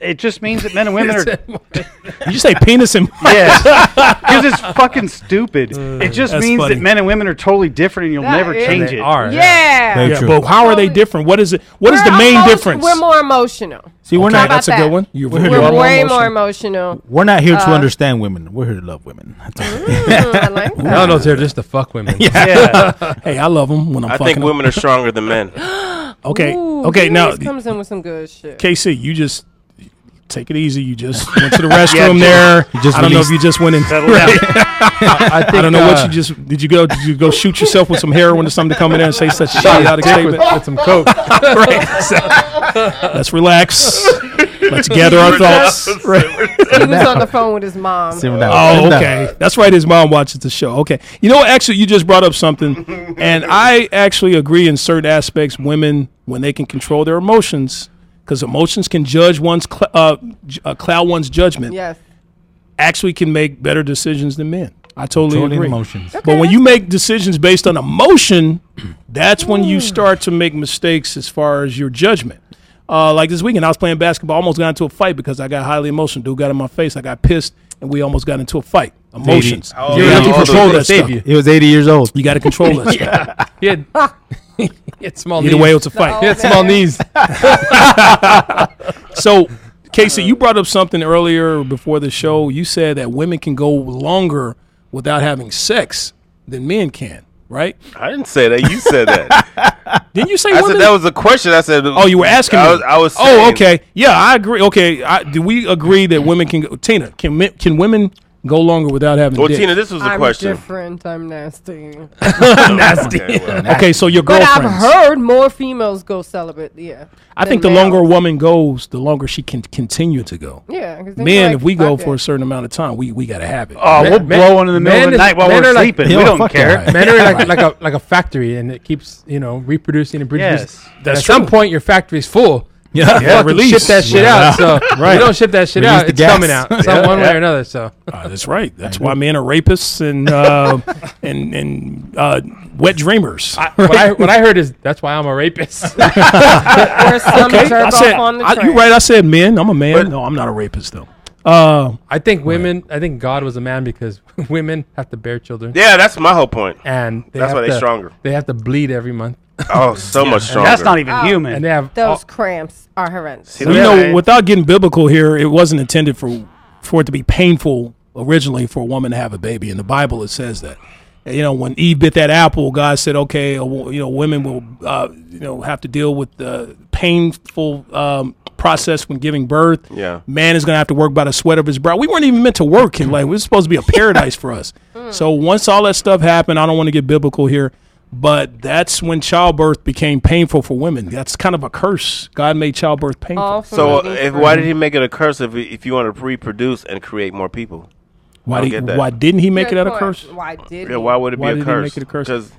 It just means that men and women are (laughs) Did you say penis and? yes, (laughs) because it's fucking stupid. it just That's means funny. that men and women are totally different, and you'll That never is- change Uh, They it. are. Yeah. Very Yeah, true. but how are they Totally. different? What is it? What is We're the main emo- difference? We're more emotional. See, we're How not. about That's a that? good one. You're We're you are We're way emotional. more emotional. (laughs) We're not here Uh, to understand women. We're here to love women. That's all. Mm-hmm. I like that. No, no, they're just the fuck women. yeah. Yeah, Hey, I love them when I'm I fucking. think 'em. women are stronger than (laughs) men. Okay, Ooh, okay. he Now, always comes in with some good shit. KC, you just take it easy. You just went to the restroom there. just I don't know if released- you just went in. I, think, I don't know what uh, you just did. You go? Did you go shoot yourself with some heroin or something to come in there and say such a (laughs) shot idiotic dick with, statement? with some (laughs) coke. Right. So, let's relax. Let's gather our thoughts. Right. He was on the phone with his mom. Simmer down. Oh, Simmer down. okay. That's right. His mom watches the show. Okay. You know, what? actually, you just brought up something, and I actually agree in certain aspects. Women, when they can control their emotions, because emotions can judge one's cl- uh, j- uh, cloud one's judgment. Yes. actually can make better decisions than men. I totally Controlling agree. emotions. But when you make decisions based on emotion, (clears throat) that's when you start to make mistakes as far as your judgment. Uh, like this weekend, I was playing basketball, almost got into a fight because I got highly emotional. Dude got in my face, I got pissed, and we almost got into a fight. Emotions. Oh, you yeah, have to all those control things that save stuff. You, you. He was 80 years old. got to control that stuff. He (laughs) had, he had small Either knees. way, it's a fight. he had small knees. (laughs) So, Casey, you brought up something earlier before the show. You said that women can go longer without having sex than men can, right? I didn't say that. You (laughs) said that. Didn't you say I women? said that was a question. I said. oh, you were asking. I me. was. I was oh, saying- okay. Yeah, I agree. Okay, I, do we agree that women can? Go, Tina, can men- can women go longer without having? Well, dick? Tina, this was a I'm question. different. I'm nasty. Okay, well, Okay, so your But girlfriends. I've heard more females go celibate. Yeah. I than think the males. longer a woman goes, the longer she can continue to go. Yeah. 'cause they Men, like, if we fuck go it. for a certain amount of time, we, we got to have it. oh, we'll Men- blow one in the middle men of the is- night while men we're are like- sleeping. Yeah, we don't fuck care. that. Men are like, like a like a factory, and it keeps you know reproducing and producing. Yes. And at some point, your factory's full. Yeah, yeah, release. ship that shit out. So Right. right. you don't ship that shit Release out. the It's gas. coming out some one way or another. So Uh, that's right. That's why men are rapists and (laughs) uh, and and uh, wet dreamers. I, what, I, what I heard is that's why I'm a rapist. Or some jerk I said, uh, off on the I- train. you're right. I said men. I'm a man. no, I'm not a rapist though. Uh, I think women. I think God was a man because (laughs) women have to bear children, Yeah, that's my whole point. and they That's have why they're to- stronger. They have to bleed every month, Oh, so much stronger. That's not even Oh. human. and they have Those cramps are horrendous. See you that, know, right? without getting biblical here, it wasn't intended for for it to be painful originally for a woman to have a baby. In the Bible, it says that. You know, when Eve bit that apple, God said, "Okay, uh, wo- you know, women will, uh, you know, have to deal with the painful um, process when giving birth. Yeah. man is going to have to work by the sweat of his brow. We weren't even meant to work, and like it was supposed to be a paradise for (laughs) us. Hmm. So once all that stuff happened, I don't want to get biblical here, but that's when childbirth became painful for women. That's kind of a curse. God made childbirth painful. All from So uh, looking if, for- why did he make it a curse if, if you want to reproduce and create more people? Why, I'll did, get that. why didn't he make Good it out a point. curse? Why did Yeah, he? why would it Why be did a he make curse? it a curse? 'Cause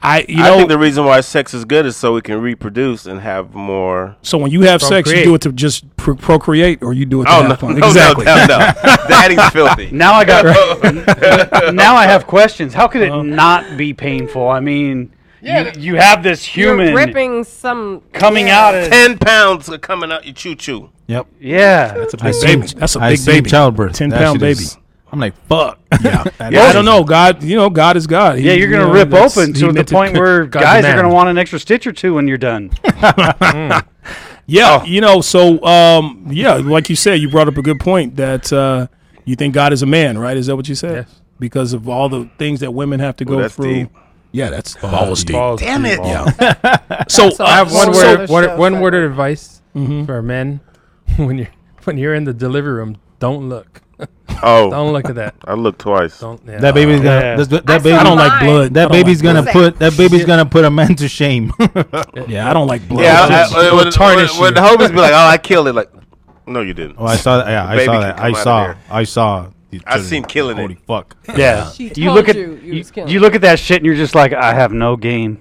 I you I know think the reason why sex is good is so we can reproduce and have more. so when you have sex, you Procreate. do it to just pro- procreate, or you do it to (laughs) Oh have no, fun. no, exactly. no, no, no. (laughs) Daddy's filthy. Now (laughs) I got. now I have questions. How could it Uh-huh. not be painful? I mean, you, you have this You're human ripping some coming yeah. out of. Ten pounds are coming out your choo choo. Yep. Yeah. I big seen- baby. That's a I big seen baby. Childbirth. 10 That pound shit is- baby. I'm like fuck. (laughs) Yeah. Yeah, I don't know. God, you know, God is God. He- yeah, you're gonna you know, rip that's- open he to the meant point where God's a guys are man. gonna want an extra stitch or two when you're (laughs) done. Oh. Yeah, you know, so um, yeah, like you said, you brought up a good point that uh, you think God is a man, right? Is that what you said? Yes. Because of all the things that women have to go that's through. deep. Yeah, that's balls deep. balls. Damn it! (laughs) (laughs) So all I I have have one Well, word. so- One, one word of advice for men: (laughs) when you're when you're in the delivery room, don't look. Oh, Don't look at that. I looked twice. Don't. Yeah. That baby's gonna. Yeah. that's- That, I baby. saw I don't like Mine. blood. I That don't like baby's gonna blood. blood. put. That baby's gonna put a man to shame. (laughs) Yeah, I don't like blood. Yeah, I, It's- I, when, when, tarnish when the you. homies be like, "Oh, I killed it," like, no, you didn't. Oh, I saw that. Yeah, I Baby saw could that. come I out of saw. there. I saw. the I children. seen killing it. Holy fuck. Yeah. She told You look at Oh, you, you, you, was killing you look at that shit and you're just like, I have no game.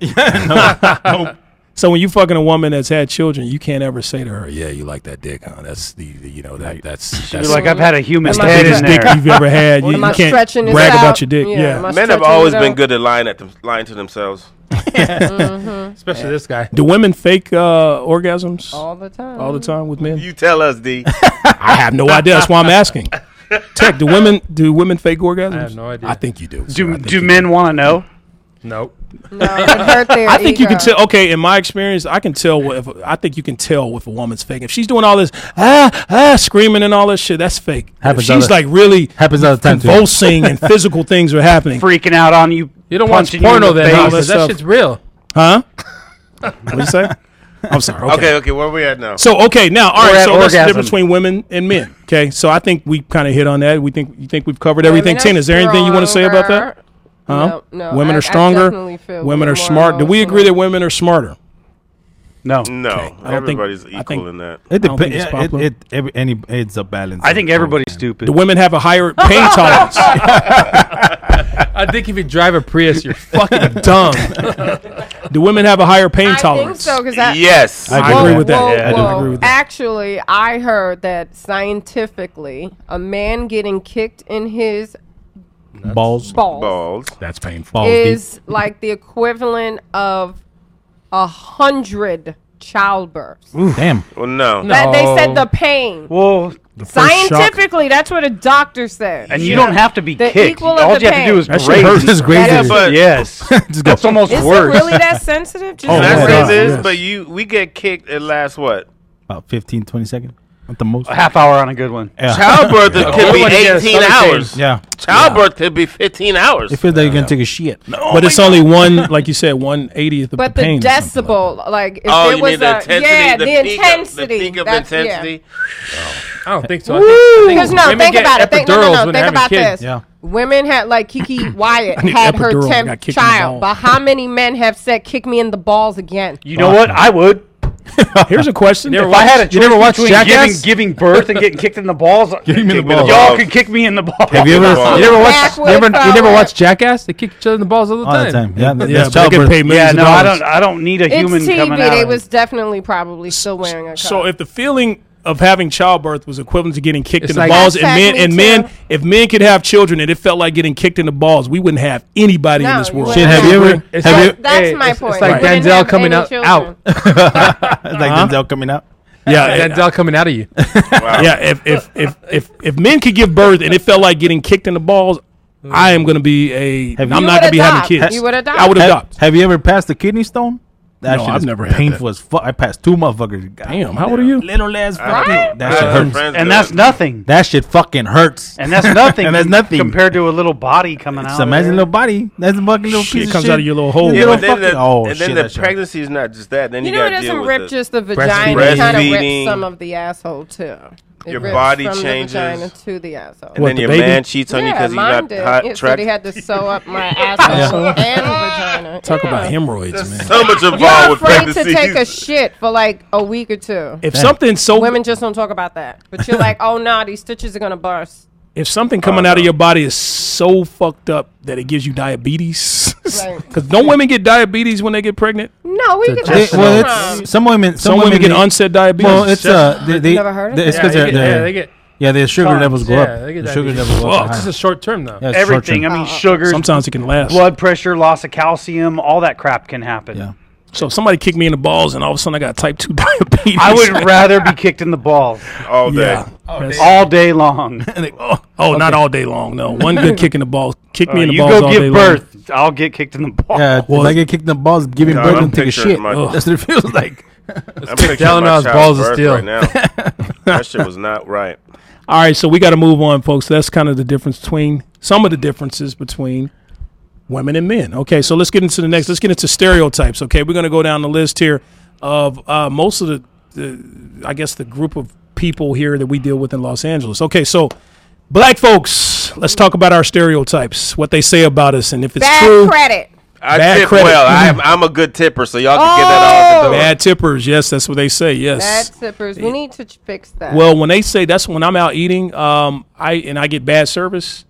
so when you fucking a woman that's had children, you can't ever say to her, "Yeah, you like that dick, huh?" That's the, the- you know that that's that's You're like, I've had a human Am I head in biggest dick there. (laughs) you've ever had. You, Am I you can't stretching this brag out? about your dick. Yeah, Yeah. am I Men have stretching always it been out? good at lying at them, lying to themselves. Especially this guy. Do women fake uh, orgasms all, all the time. the time with men? You tell us, D. I have no idea. That's why I'm asking. Tech, do women do women fake orgasms? I have no idea. I think you do. sir. I Do, think do you men want to know? Nope. No, it hurt (laughs) their I think you "Oh, can ego. tell. Okay, in my experience, I can tell what- if I think you can tell if a woman's fake. If she's doing all this ah ah screaming and all this shit, that's fake. Happens if she's all the- like really Happens all the time. Too. convulsing and physical things are happening, Freaking out on you. You don't watch punching you in porno the then, face. huh? all 'Cause that That stuff. shit's real. huh? What you say? I'm sorry. Okay. Okay, okay, where we at now? So okay, now all Or right. at So that's the orgasm. difference between women and men. Okay, so I think we kind of hit on that. We think you think we've covered Women everything. are Tina, is there anything you want to say about that? stronger. Huh? No, no, women I- I are stronger. definitely feel Women more are smart. Do we agree that emotional. women are smarter? No. no, I don't think- everybody's I equal think- in that. It I don't think depends. it's Yeah, it, popular. it, every, any, it's a balance. I think everybody's stupid. Do women have a higher pain (laughs) tolerance? I think if you drive a Prius, you're fucking Dumb. Do women have a higher pain I think tolerance? so because that yes, I I do. agree with that. Whoa, I do whoa. agree with that. Actually, I heard that scientifically, a man getting kicked in his balls. balls, balls. That's painful. Balls is like the equivalent of a hundred childbirths. deep. Damn. Well, no, That they said No. the pain. well, Scientifically, that's what a doctor said. and you don't have to be The kicked. equal of All the you have to pain. do is That shit graze. hurts. Just graze That it. is- but Yes. Just go. That's almost Is worse. it really that sensitive? Oh, Just Can I my say God. this? Yes. But you, we get kicked. It lasts what? About 15, 20 seconds. At the most. A half hour on a good one. Yeah. Childbirth could be Everyone gets 18 stomach hours. Yeah. Childbirth could be 15 hours. It feels like you're gonna take a shit. but it's only one, like you said, one eightieth of Oh But the the pain. or something like decibel, like if Oh, there you was mean the a intensity? yeah, the, the, peak intensity. Of, the peak of that's- yeah. intensity? I don't think so. I think- I think Because no, women think get about it. Think, no, epidurals no, no. when Think they're about having this. kids. Yeah. Women had like Kiki Wyatt need had her epidural. I tenth got kicked in the child, ball. but how many men have said, "Kick me in the balls again"? You know what? I would. Here's a question. If I had a You choice never watched between giving, Jackass? giving birth and getting kicked in (laughs) the balls, Give me the Kick me the ball. ball. y'all balls. could kick me in the balls. Have (laughs) you ever? Backward. You ever watched? Backward, You ever? You never forward. watched? Jackass? They kick each other in the balls all the All time. the time. Yeah, that- yeah, that's but they get childbirth. paid Uh, Yeah, millions no, of I dollars. don't. I don't need a human it's TV. coming out. They was definitely probably still wearing a. Coat. So if the feeling of having childbirth was equivalent to getting kicked It's in the like- balls, and Hashtag men me and too. men, if men could have children, and it felt like getting kicked in the balls, we wouldn't have anybody in No, this you world. wouldn't. Shit, have you ever? It's Have like- you? That- that's Hey, my it's- it's point. like We didn't Denzel have coming any out- children. out. Like Denzel coming out. Yeah, That's and- all coming out of you. yeah. If if if if if men could give birth, and it felt like getting kicked in the balls, I am going to be a. Have am you- not going to be having adopt. kids. You would adopt. I would Have- adopt. Have you ever passed a kidney stone? That No, shit I've is never had painful as fuck. I passed two motherfuckers. God Damn, how old are you? Little ass I- fucking. That I shit have hurts. friends and that- that's nothing. That shit fucking hurts. (laughs) And that's nothing. And that's nothing. compared to a little body coming out. It's of a amazing there. little body. That's a fucking little Shit piece. comes shit. out of your little hole. You Yeah, Little but don't then fucking- the, oh and then shit! the that shit hurts. pregnancy is not just that. Then you, You know, got it to deal doesn't with rip the- just the vagina. It kind of Breastfeeding. rips some of the asshole too. It Your rips body from changes. the vagina to the asshole. And What, then the your baby? man cheats on you yeah, because he's mine not did. hot It- so track. they had to sew up my asshole and vagina. (laughs) Talk yeah. about hemorrhoids, man. so (laughs) much involved You're with afraid to pregnancy. take (laughs) a shit for like a week or two. If something so Women just don't talk about that. But you're like, oh nah, these stitches are gonna burst. if something coming out of your body is so fucked up that it gives you diabetes, (laughs) Right. because don't women get diabetes when they get pregnant? No, we get They- that shit well, from. it's some women. Some, Some women get they- unsaid diabetes. Well, it's uh, they, they, Never heard of they- it's that. because Yeah, they're, they get- yeah, they're- they get yeah, their sugar tons. levels go Yeah, up. they get Their sugar diabetes. levels go Fuck. up. It's just high. a short term though. Yeah, it's Everything. torture. I mean, Uh-huh. sugars, sometimes it can last. blood pressure, loss of calcium, all that crap can happen. Yeah. So if somebody kicked me in the balls, and all of a sudden I got type two (laughs) diabetes. (laughs) I would rather be kicked in the balls all day. Yeah. all (laughs) day long. (laughs) Oh, not all day long. No, one good kick in the balls. Kick me in the Uh, you balls go all day give long. birth. I'll get kicked in the balls. Yeah, well, I get kicked in the balls, giving God, birth I'm and take a picturing shit. my- That's what it feels like. I'm picturing Down my on his balls child's of birth steel. Right now. that shit was not right. All right, so we got to move on, folks. That's kind of the difference between some of the differences between women and men. Okay, so let's get into the next. Let's get into stereotypes. Okay, we're going to go down the list here of uh, most of the, the, I guess, the group of people here that we deal with in Los Angeles. Okay, so black folks, let's talk about our stereotypes, what they say about us, and if it's Bad true. credit. I Bad tip credit. well. I'm, I'm a good tipper, so y'all can get that all the door. Bad tippers, yes, that's what they say. Yes, Bad tippers. We need to ch- fix that. Well, when they say that's when I'm out eating, um, I and I get bad service,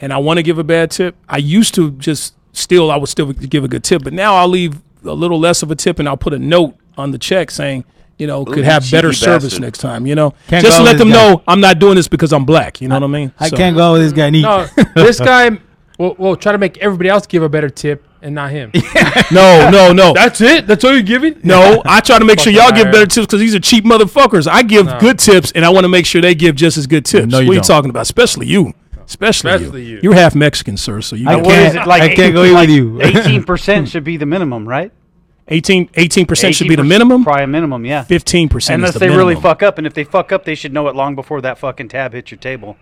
and I want to give a bad tip. I used to just still, I would still give a good tip, but now I'll leave a little less of a tip, and I'll put a note on the check saying, you know, could Ooh, have better cheeky service bastard. next time. You know, Can't just go to let with them this guy. know I'm not doing this because I'm black. You know what I mean? I So- can't go with this guy. and eat. No, Uh, this guy will, will try to make everybody else give a better tip and not him. (laughs) No, no, no. That's it. That's all you're giving. (laughs) no, I try to make sure y'all Fucking give liar. better tips because these are cheap motherfuckers. I give good tips, and I want to make sure they give just as good tips. No, you what are you don't. talking about? Especially you. Especially, Especially you. you. You're half Mexican, sir, so you I know What is it Can't- like? I can't go in with you. (laughs) Eighteen percent should be the minimum, right? 18 percent should be the 18% minimum. Probably a minimum, yeah. Fifteen percent. Unless is the they really minimum. fuck up, and if they fuck up, they should know it long before that fucking tab hit your table.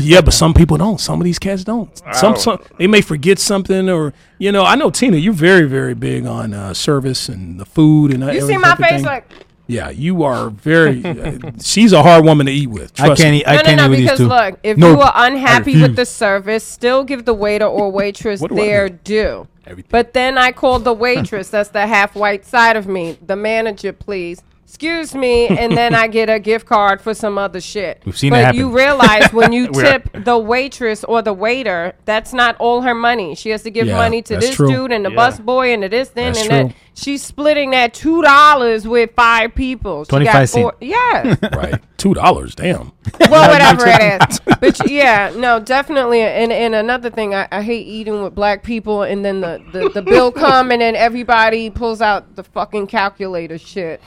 yeah, but some people don't. Some of these cats don't. Some, Wow. some they may forget something, or you know. I know Tina, you're very, very big on uh, service and the food and uh, you every see my type of face thing. like yeah, you are (laughs) very. uh, she's a hard woman to eat with. Trust I can't me. eat. I no, can't no, eat no. with these Because two. look, if No. you are unhappy with refuse. the service, still give the waiter or waitress What do I their do? due. But then I called the waitress. that's the half white side of me. The manager, please. Excuse me, and then I get a gift card for some other shit. We've seen it but happen. you realize when you We're- tip the waitress or the waiter, that's not all her money. She has to give Yeah, money to that's this true. dude and the busboy Yeah. bus boy and to this then That's and true. that. She's splitting that two dollars with five people. She got 25 cent. four- Yeah. Right, two dollars. Damn. (laughs) well, whatever it is. But yeah, no, definitely. And and another thing, I, I hate eating with black people, and then the, the, (laughs) the bill come, and then everybody pulls out the fucking calculator shit.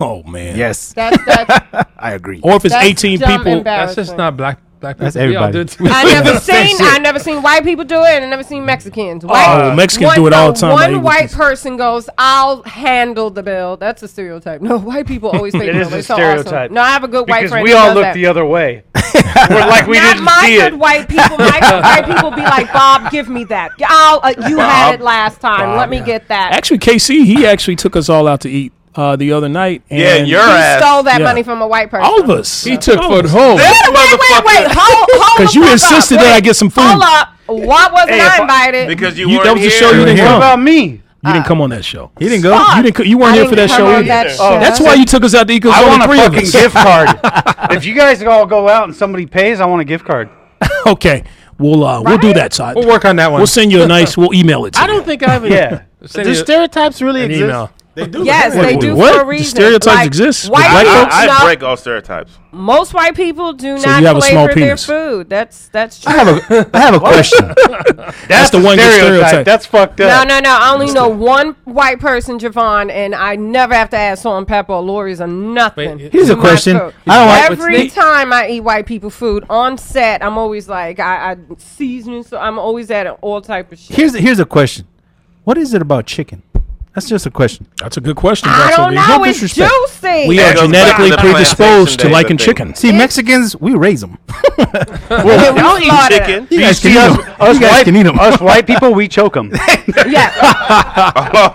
oh man. Yes, That's (laughs) that's, I agree. Or if it's that's eighteen dumb people. that's just embarrassing. not black. Black That's people. We all everybody. do it. I never seen I never seen white people do it, and I never seen Mexicans. White, Oh, Mexicans do one- it all no, the time. but One Asians white just- person goes, "I'll handle the bill." That's a stereotype. No, white people (laughs) always pay the It bill. is They're a so awesome. stereotype. No, I have a good white Because friend. we who all does look that. the other (laughs) way. We're like (laughs) we Not didn't my see good it. white people. My (laughs) good white people be like, Bob, give me that. I'll, uh, you had it last time. Let me get that. Actually, KC, he actually took us all out to eat uh, the other night. And Yeah, your he ass. stole that Yeah. money from a white person. all of us. He took All food of us. home. This Wait, wait, wait. motherfucker. Hold, hold the 'Cause you fuck insisted up. that I Wait, get some food. Hold up. Why wasn't Hey, if I I- invited? Because you, You- weren't that was to here. show you We're didn't here. What come. about me? You didn't come on that show. He didn't go. You didn't. co- You weren't Ah. I here for didn't that come show. on either. that show. That's why you took us out to eat. 'cause I only want a three of (laughs) fucking us. gift card. if you guys all go out and somebody pays, I want a gift card. okay, we'll uh, we'll do that, Todd. (laughs) We'll work on that one. We'll send you a nice. We'll email it. To I you. don't think I even. Yeah. Send Do you stereotypes really an exist? email. They do. Yes, they do What? for a The reason. stereotypes exist? The White black folks, I, not- I break all stereotypes. most white people do So not you have a flavor small their penis. food. That's that's true. I have a, (laughs) I have a question. That's, the one good stereotype. That's fucked No, up. no, no. I only know one white person, Javon, and I never have to add salt and pepper or Lori's or nothing. Wait, Here's a to my question. food. I don't like- Every time I eat white people food on set, I'm always like, I, I seasoning, so I'm always adding all type of shit. Here's here's a question. What is it about chicken? That's just a question. That's a good question. I don't Vassal. know. no It's disrespect. juicy. We That are goes back genetically to the plantation predisposed to days, I liking think. chicken. See, Mexicans, we raise them. Yeah, we slaughtered it. Chicken. You guys can eat See, us, 'em. us You guys white, can eat 'em. us white people, we choke (laughs) them. Yeah.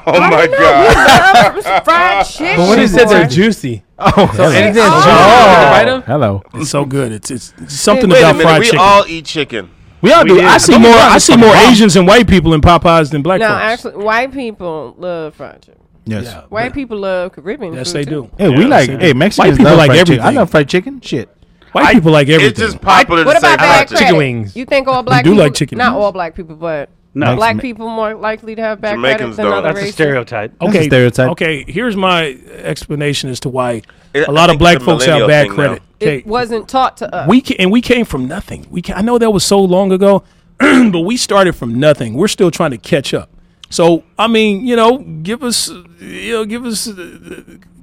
Oh my god. Love some fried chicken. But when he said they're boy. juicy, Oh, so (laughs) hello. anything that's Oh. juicy, you bite 'em? hello. It's so good. It's it's something Wait a about minute. fried We chicken. all eat chicken. We all do. did. I I see see. more. I see more Asians and white people in Popeyes than black No, folks. actually, white people love fried chicken. Yes. White people love Caribbean yes, food they too. do. Hey, we like. Hey, Mexicans White people love like fried chicken. everything. I love fried chicken. Shit. White people like everything. It's just popular What to say about fried bad chicken. credit? wings. You think all black do people, like chicken not wings. all black people, but No. black people more likely to have bad Jamaicans credit than don't. other That's a races. stereotype. That's a okay, stereotype. Okay, here's my explanation as to why It- a I lot of think black it's a folks have millennial bad thing now. credit. Okay, It wasn't taught to us. we ca- and we came from nothing. We ca- I know that was so long ago, (clears throat) but we started from nothing. We're still trying to catch up. So I mean, you know, give us, uh, you know, give us, uh,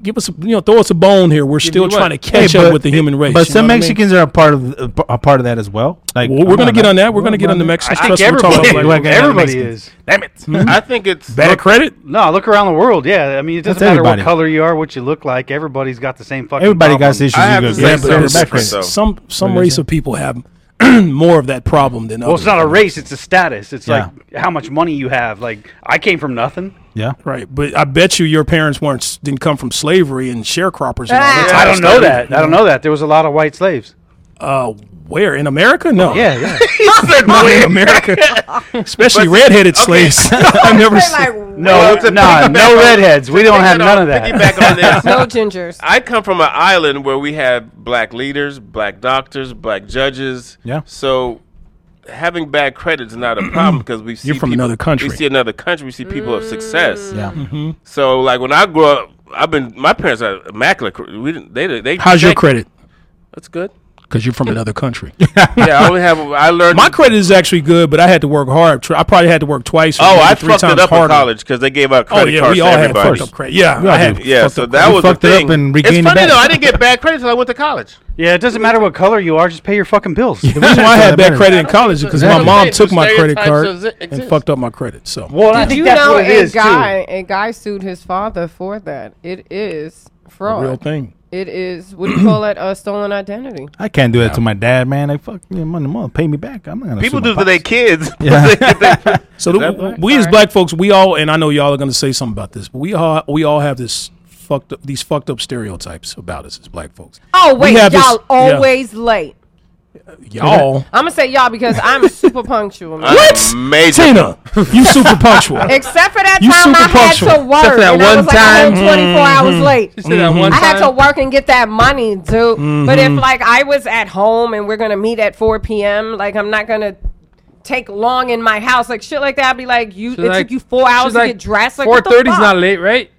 give us, you know, throw us a bone here. We're still you what? trying to catch up with the human race. But you some know what I mean? Mexicans are a part of a p- a part of that as well. Like Well, we're come going to get now. on that. We're going to Well, get on the man. Mexicans. I think Trust me, we're talking everybody, about black like, everybody Mexicans. is. Damn it! I think it's Bad credit? No, look around the world. Yeah, I mean, it That's doesn't matter everybody. what color you are, what you look like. Everybody's got the same fucking. Everybody problem. got issues. I have you to go- say Yeah, something but- different, Mexicans. though. So- Some some race of people have (clears throat) more of that problem than Well, others. it's not a race; it's a status. It's Yeah. like how much money you have. Like I came from nothing. Yeah. right, but I bet you your parents weren't s- didn't come from slavery and sharecroppers. And all Ah. that. (laughs) I don't know that. I don't know that. There was a lot of white slaves. Uh, where in America? No, Yeah, yeah. (laughs) in America, especially redheaded slaves. (laughs) I've never They're seen. (laughs) like, No, to nah, piggyback no on- redheads. We don't have Piggyback none on- of that. Piggyback on this. no gingers. I come from an island where we have black leaders, black doctors, black judges. Yeah. So having bad credit is not a (clears throat) problem because we see You're from people- another country. Mm-hmm. We see another country. We see people of success. Yeah. So like when I grew up, I've been my parents are immaculate. cre- We didn't. They they. How's your they- credit? That's good. Because you're from another (laughs) country. Yeah, I only have. I learned. My credit is actually good, but I had to work hard. Tr- I probably had to work twice. Or oh, maybe I three fucked times it up in harder. college because they gave out Oh credit yeah, cards we all to had everybody. fucked up credit. Yeah, We all I had do. Yeah, fucked so up that We was the fucked it up thing. and regained it's it funny back. though. I didn't get bad credit until I went to college. Yeah, it doesn't matter what color you are. Just pay your fucking bills. The reason why (laughs) I had bad Yeah. credit in college is because Yeah. my mom Yeah. took my credit Stereotypes card exi- and exist. fucked up my credit. So (laughs) Well, I Did think you that's know what it a is guy? too. A guy sued his father for that. It is fraud. real thing. It is what do you call that? A stolen identity. I can't do that to my dad, man. Like fuck me, money, mother, pay me back. I'm not gonna. People sue my do to their pops. kids. (laughs) So the, we as black folks, we all, and I know y'all are gonna say something about this, but we all we all have this fucked up these fucked up stereotypes about us as black folks. Oh wait, y'all have this- yeah. always late. Y'all, I'm gonna say y'all because I'm super (laughs) punctual. man. What? Amazing. Tina, (laughs) you super punctual. Except for that You time super I had punctual. to work, for that and I one was like a whole 24 hours late. Say that one I had to time. Mm-hmm. work and get that money, dude. But if like I was at home and we're gonna meet at 4 p.m., like I'm not gonna take long in my house, like shit like that. I'd be like, you. it like- took you four hours She's to get dressed. Like Four what the thirty's fuck? not late, right?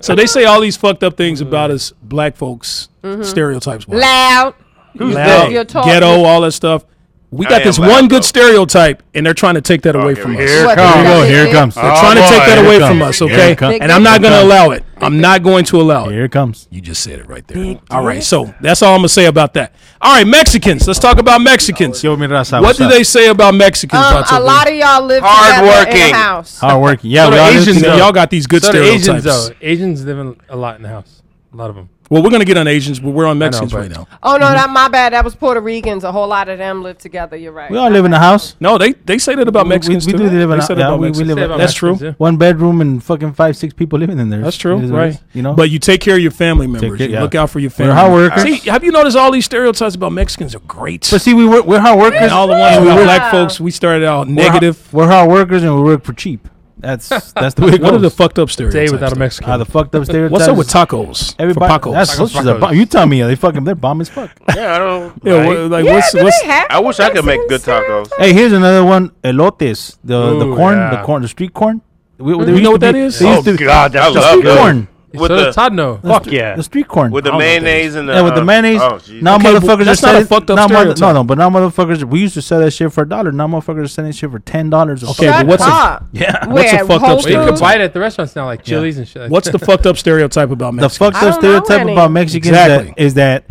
So they say all these fucked up things about us black folks, stereotypes. wise. Mm-hmm. loud. Loud, they? You're tall. ghetto, all that stuff. We got am this loud, one though. good stereotype, and they're trying to take that away here from we us. Here What, it comes. Here we the go. fuck Here is it comes. They're trying to take that away from us, okay? comes. And I'm not going to Here it allow it. I'm not going to allow Here it. it comes. You just said it right there. All right, so that's all I'm going to say about that. All right, Mexicans. Let's talk about Mexicans. Yo, mira, what's What do up? they say about Mexicans? Um, Bato? a lot of y'all live Hard together in working. a house. Hard working. Yeah, So we the all Asians listen Asians, to- though. y'all got these good So the stereotypes. Asians though, Asians live in a lot in the house. A lot of them. Well, we're going to get on Asians, but we're on Mexicans but- right now. Oh no, that my bad. That was Puerto Ricans. A whole lot of them live together. You're right. We all live in a house. No, they, they say that about We- we- Mexicans. we too. do live in They a- say that yeah, about we- we Mexicans. live in- That's true. Mexicans, yeah. One bedroom and fucking five, six people living in there. That's true, It is- right? You know, but you take care of your family members. care- you yeah. look out for your We're family. hard workers. See, have you noticed all these stereotypes about Mexicans are great? but see, we work. We're hard workers. and all the ones we about work- black folks, we started out we're hard- negative. We're hard workers and we work for cheap. That's that's (laughs) the way it goes. What are the fucked up Day stereotypes? without a though? Mexican. Ah, the fucked up stereotypes. What's up with tacos? for Everybody, Pacos? that's those shits are Pacos. bomb. You tell me, are they fucking? They're bomb as fuck. Yeah, I don't. yeah, I- what- like Yeah, what's do what's they have I wish I could make good Mexican tacos. Hey, here's another one. Elotes, the the Ooh, corn, yeah. the corn, the street corn. We, You know what that is? Oh God, I that's love street those. corn. With so the does Todd know. fuck yeah. The street corn. with the mayonnaise and the yeah, with the uh, mayonnaise. Oh, jeez. now Okay, but motherfuckers that's are not a selling. fucked up now mother- stereotype. no, no, but now motherfuckers. We used to sell that shit for a dollar. Now motherfuckers are selling shit for ten dollars. Okay, but what's up. a yeah? Where, What's a fucked Whole up Well, you Foods? can stereotype? buy it at the restaurants now, like Chili's and shit. Like (laughs) What's the fucked up stereotype about the Mexicans? fucked up I don't know stereotype any. about Mexicans Exactly. that, is that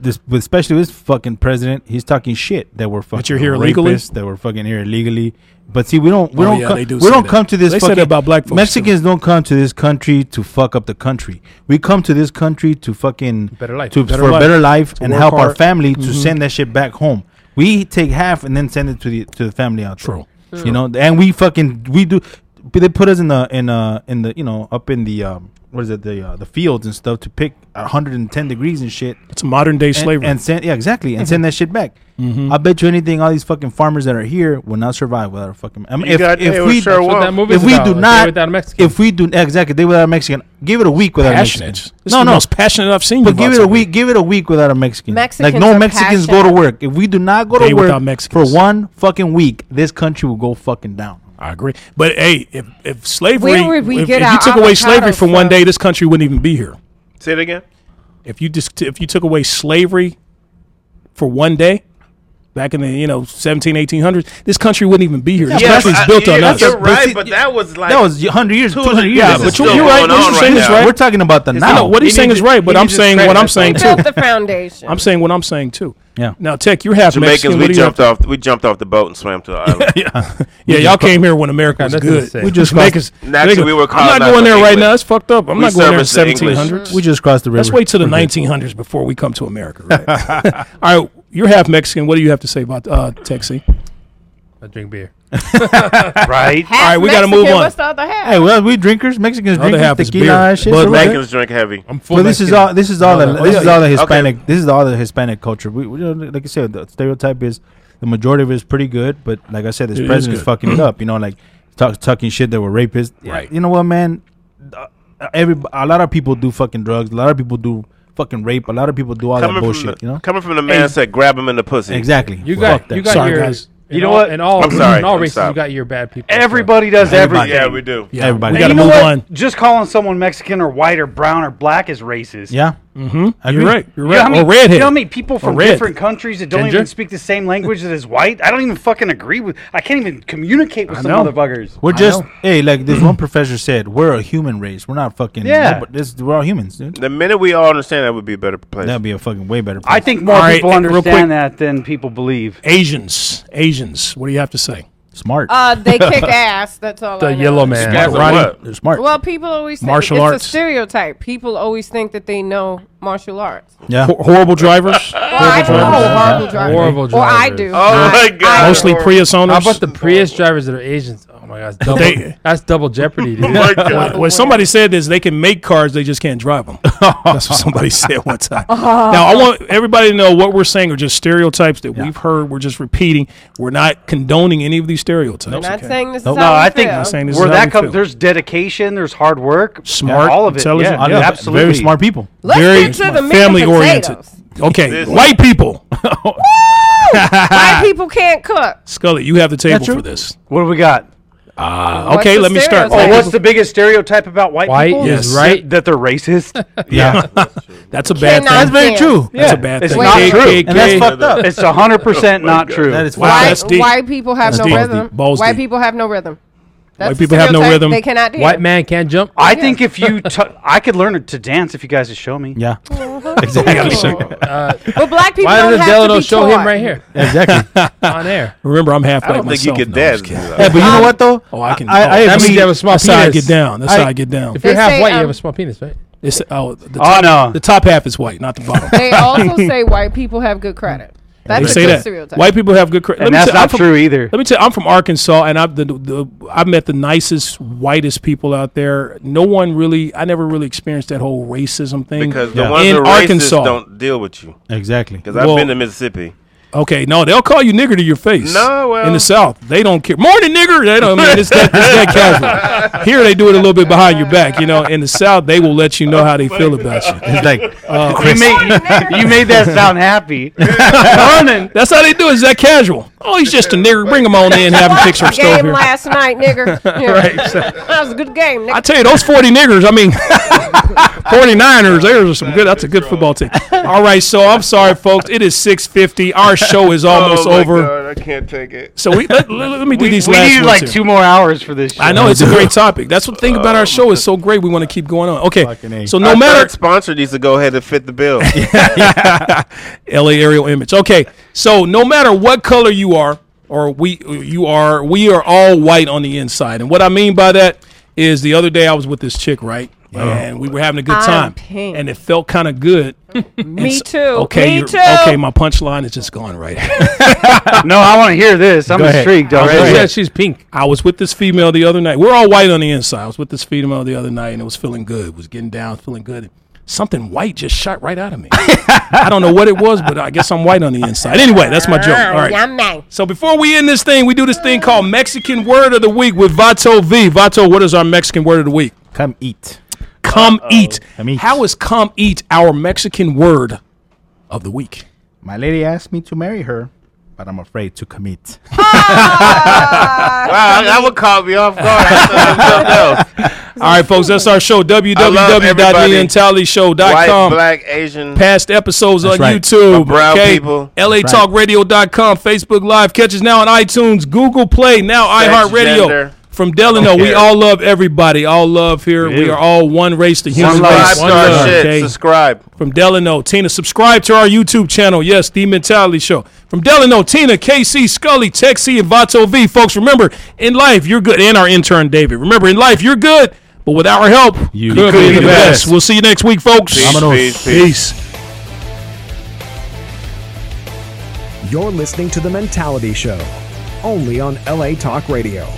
this, but especially this fucking president, he's talking shit that we're fucking you're here illegally? rapists, that we're fucking here illegally. But see, we don't, we Oh, don't, yeah, come, they do we say don't that. come to this. They said that fucking- about black folks, too. Mexicans don't come to this country to fuck up the country. We come to this country to fucking Better life. to, Better for life. a better life and work help our hard. Mm-hmm. family to send that shit back home. We take half and then send it to the to the family out there. True. You know, and we fucking we do. But they put us in the in uh in the you know up in the um what is it the uh, the fields and stuff to pick 110 degrees and shit It's modern day slavery. Mm-hmm. and, and send yeah exactly and send that shit back. I bet you anything, all these fucking farmers that are here will not survive without a fucking. I mean, You if, got- if it we was sure That's what Well, that movie if we do not without a Mexican. if we do exactly they without a Mexican, give it a week without a passionate. Mexican. This no, is the most passionate I've seen. you But about give it a something. week. Give it a week without a Mexican. Mexicans like no are Mexicans go to passionate. work. If we do not go Day to without work for Mexicans. one fucking week, this country will go fucking down. I agree. But hey, if, if slavery, Where would we if, get if you our took away slavery avocados for one from? day, this country wouldn't even be here. Say it again. If you just if you took away slavery for one day, back in the you know 17, 1800s, this country wouldn't even be here. This Yeah, Yes, country's I- built yeah, on us. You're But right, see- but that was like that was 100 years, 200 years. Yeah, ago. but you're- you're right. What you're saying is right. We're talking about the now. No, what he's saying is right, but I'm saying what I'm saying They too. built the (laughs) foundation. I'm saying what I'm saying too. Yeah. Now, Tech, you're half Jamaicans. Mexican. What We do you have jumped off. We jumped off the boat and swam to uh, the island. Yeah, y'all came here when America was that's good. insane. We just That's- Jamaicans. Actually, we were I'm colonized not going by there right English. now. It's fucked up. I'm We not going there in serviced the English. 1700s. we just crossed the river. Let's wait till the 1900s before we come to America. Right? (laughs) All right, you're half Mexican. What do you have to say about uh, Texi? I drink beer. right. Half All right, we gotta move Mexican, on. What's the other half? Hey, well, we drinkers, Mexicans Other drinkers, half is beer. tequila, and shit. Bud so we're Light. good. Mexicans drink heavy. I'm full Well, this is all. This is all. No, the, no, this is yeah, all the Hispanic. This is all the Hispanic culture. We, we don't, like I said, the stereotype is the majority of it is pretty good, but like I said, this It is president's good. fucking it up. You know, like talk, talking shit that were rapists. Right. You know what, man? Uh, Every a lot of people do fucking drugs. A lot of people do fucking rape. A lot of people do all that Coming bullshit. from the, you know. coming from the man that said, "Grab him in the pussy." Exactly. You Fuck got that. you got Sorry, your guys. in You know all- what? In all I'm sorry. in all I'm races, sorry. you got your bad people. so- Everybody does Everybody. everything. Yeah, we do. Yeah, Everybody. we And got to You know move what? on. Just calling someone Mexican or white or brown or black is racist. Yeah. Mm-hmm. You're right. You're You know, right. how many, or redhead. you know how many people from red. different countries that don't Ginger? even speak the same language that is white? I don't even fucking agree with. I can't even communicate with some know. motherfuckers. We're just hey, like this one professor said, we're a human race. We're not fucking. Yeah. This, we're all humans, dude. The minute we all understand that would be a better place. (laughs) That'd be a fucking way better. Place. I think more All right, people real quick. understand that than people believe. Asians. Asians. What do you have to say? smart. Uh, they (laughs) kick ass. That's all. the I know. yellow man. Guys, Karate. what? They're smart. Well, people always think Martial it's arts. a stereotype. People always think that they know martial arts. yeah. Hor- horrible (laughs) drivers. Well, I don't know horrible drivers. Horrible Or I drivers. do. Oh my god. Mostly Prius owners. How about the Prius drivers that are Asians? Oh my gosh, double, they- that's double jeopardy, dude. (laughs) My God. Oh, Well, somebody said this. They can make cars, they just can't drive (laughs) them. That's what somebody said one time. Oh. Now, I want everybody to know what we're saying are just stereotypes that we've heard. We're just repeating. We're not condoning any of these stereotypes. I'm not saying this is Nope. how No, we I think feel. I'm saying this is where how that we comes, feel. there's dedication, there's hard work, Smart, all of it. intelligent, Yeah, yeah. absolutely. Very smart people. Let's very get to the meat and family-oriented. potatoes. Okay, This- white people. (laughs) White people can't cook. Scully, you have the table true? for this. What do we got? Uh, okay, the let me start. stereotype? Oh, White what's the biggest stereotype about white, White people? is Yes. right. That, that (laughs) they're racist. Yeah. That's a bad Cannot that's thing. very Yeah. true. That's a Yeah, bad it's thing. not K- true. K- And that's K- fucked up. Oh it's hundred (laughs) percent not true. That is Wow, fucked that's White, deep. white people have That's no deep. rhythm. Balls white deep. people have no rhythm. That's White a people have no stereotype. rhythm. They cannot dance. White man can't jump. I think if you, t- I could learn to dance if you guys would show me. Yeah. exactly. Uh, (laughs) but black people Why don't does have to Delano be show taught. him right here (laughs) Exactly. yeah, on air? Remember, I'm half I white don't think you myself. could No, I'm just dance. kidding. but you know what though? Oh, I can. I, I, oh, that agree. means you have a small That's how I get penis. down. That's I- how I get down. If you're They half say, white, you um, have a small penis, right? It's, oh, the, Oh top, no. the top half is white, not the (laughs) bottom. They also say white people have good credit. That's they a say good that stereotype. white people have good credit. And that's not true either. Let me tell you, I'm from Arkansas, and I've the, the I've met the nicest, whitest people out there. No one really, I never really experienced that whole racism thing Because the Yeah. ones in that are racist Arkansas. don't deal with you. Exactly. Because I've Well- been to Mississippi. Okay, no, they'll call you nigger to your face. No, well- in the South, they don't care. Morning, nigger. They don't. I mean, it's that, it's that (laughs) casual. Here, they do it a little bit behind your back. You know, in the South, they will let you know how they feel about you. It's like You made, you made that sound (laughs) happy. Morning. That's how they do it. Is that casual? Oh, he's just a nigger. Bring him on in. Have him fix our stove (laughs) Game here. last night, nigger. Yeah. That was a good game, nigger. I tell you, those 40 niggers, I mean, (laughs) 49ers, there's some good, that's a good football team. All right, so I'm sorry, folks. It is 6.50. Our show is almost oh my over. God, I can't take it. So we, let, let- let me do We, these we last need ones like here. two more hours for this. Show. I know, it's a great topic. That's what the thing about our show is so great. We want to keep going on. Fucking Okay, A. so Our no third matter... sponsor needs to go ahead and fit the bill. LA aerial image. Okay, so no matter what color you are, or we you are, we are all white on the inside. And what I mean by that is the other day I was with this chick, right? And we were having a good I'm time, pink. and it felt kind of good. Me too. Okay, Me you're- too. okay, my punchline is just gone right. (laughs) No, I want to hear this. I'm ahead. intrigued She already. said she's pink. I was with this female the other night. We're all white on the inside. I was with this female the other night, and it was feeling good. It was getting down, feeling good. Something white just shot right out of me. I don't know what it was, but I guess I'm white on the inside. Anyway, that's my joke. All right. Yummy. So before we end this thing, we do this thing called Mexican Word of the Week with Vato V. Vato, what is our Mexican Word of the Week? come eat. Come eat. Come eat. How is come eat our Mexican Word of the Week? My lady asked me to marry her, but I'm afraid to commit. wow, that would caught me off guard. (laughs) I thought it was something else. All right, folks, that's our show. White, www.leantalyshow.com. black, Asian. Past episodes on right. YouTube. For brown people. LATalkRadio.com. Facebook Live. Catch us now on iTunes, Google Play, now iHeartRadio. gender. From Delano, we care. all love everybody. All love here. We do. are all one race, the human love. race. Five One star love, shit. okay? Subscribe. from Delano. Tina, subscribe to our YouTube channel. Yes, The Mentality Show. From Delano, Tina, KC, Scully, Tech C, and Vato V. Folks, remember, in life, you're good. And our intern, David. Remember, in life, you're good, but with our help, you could, be, the best. We'll see you next week, folks. Peace, peace, peace. Peace. You're listening to The Mentality Show, only on LA Talk Radio.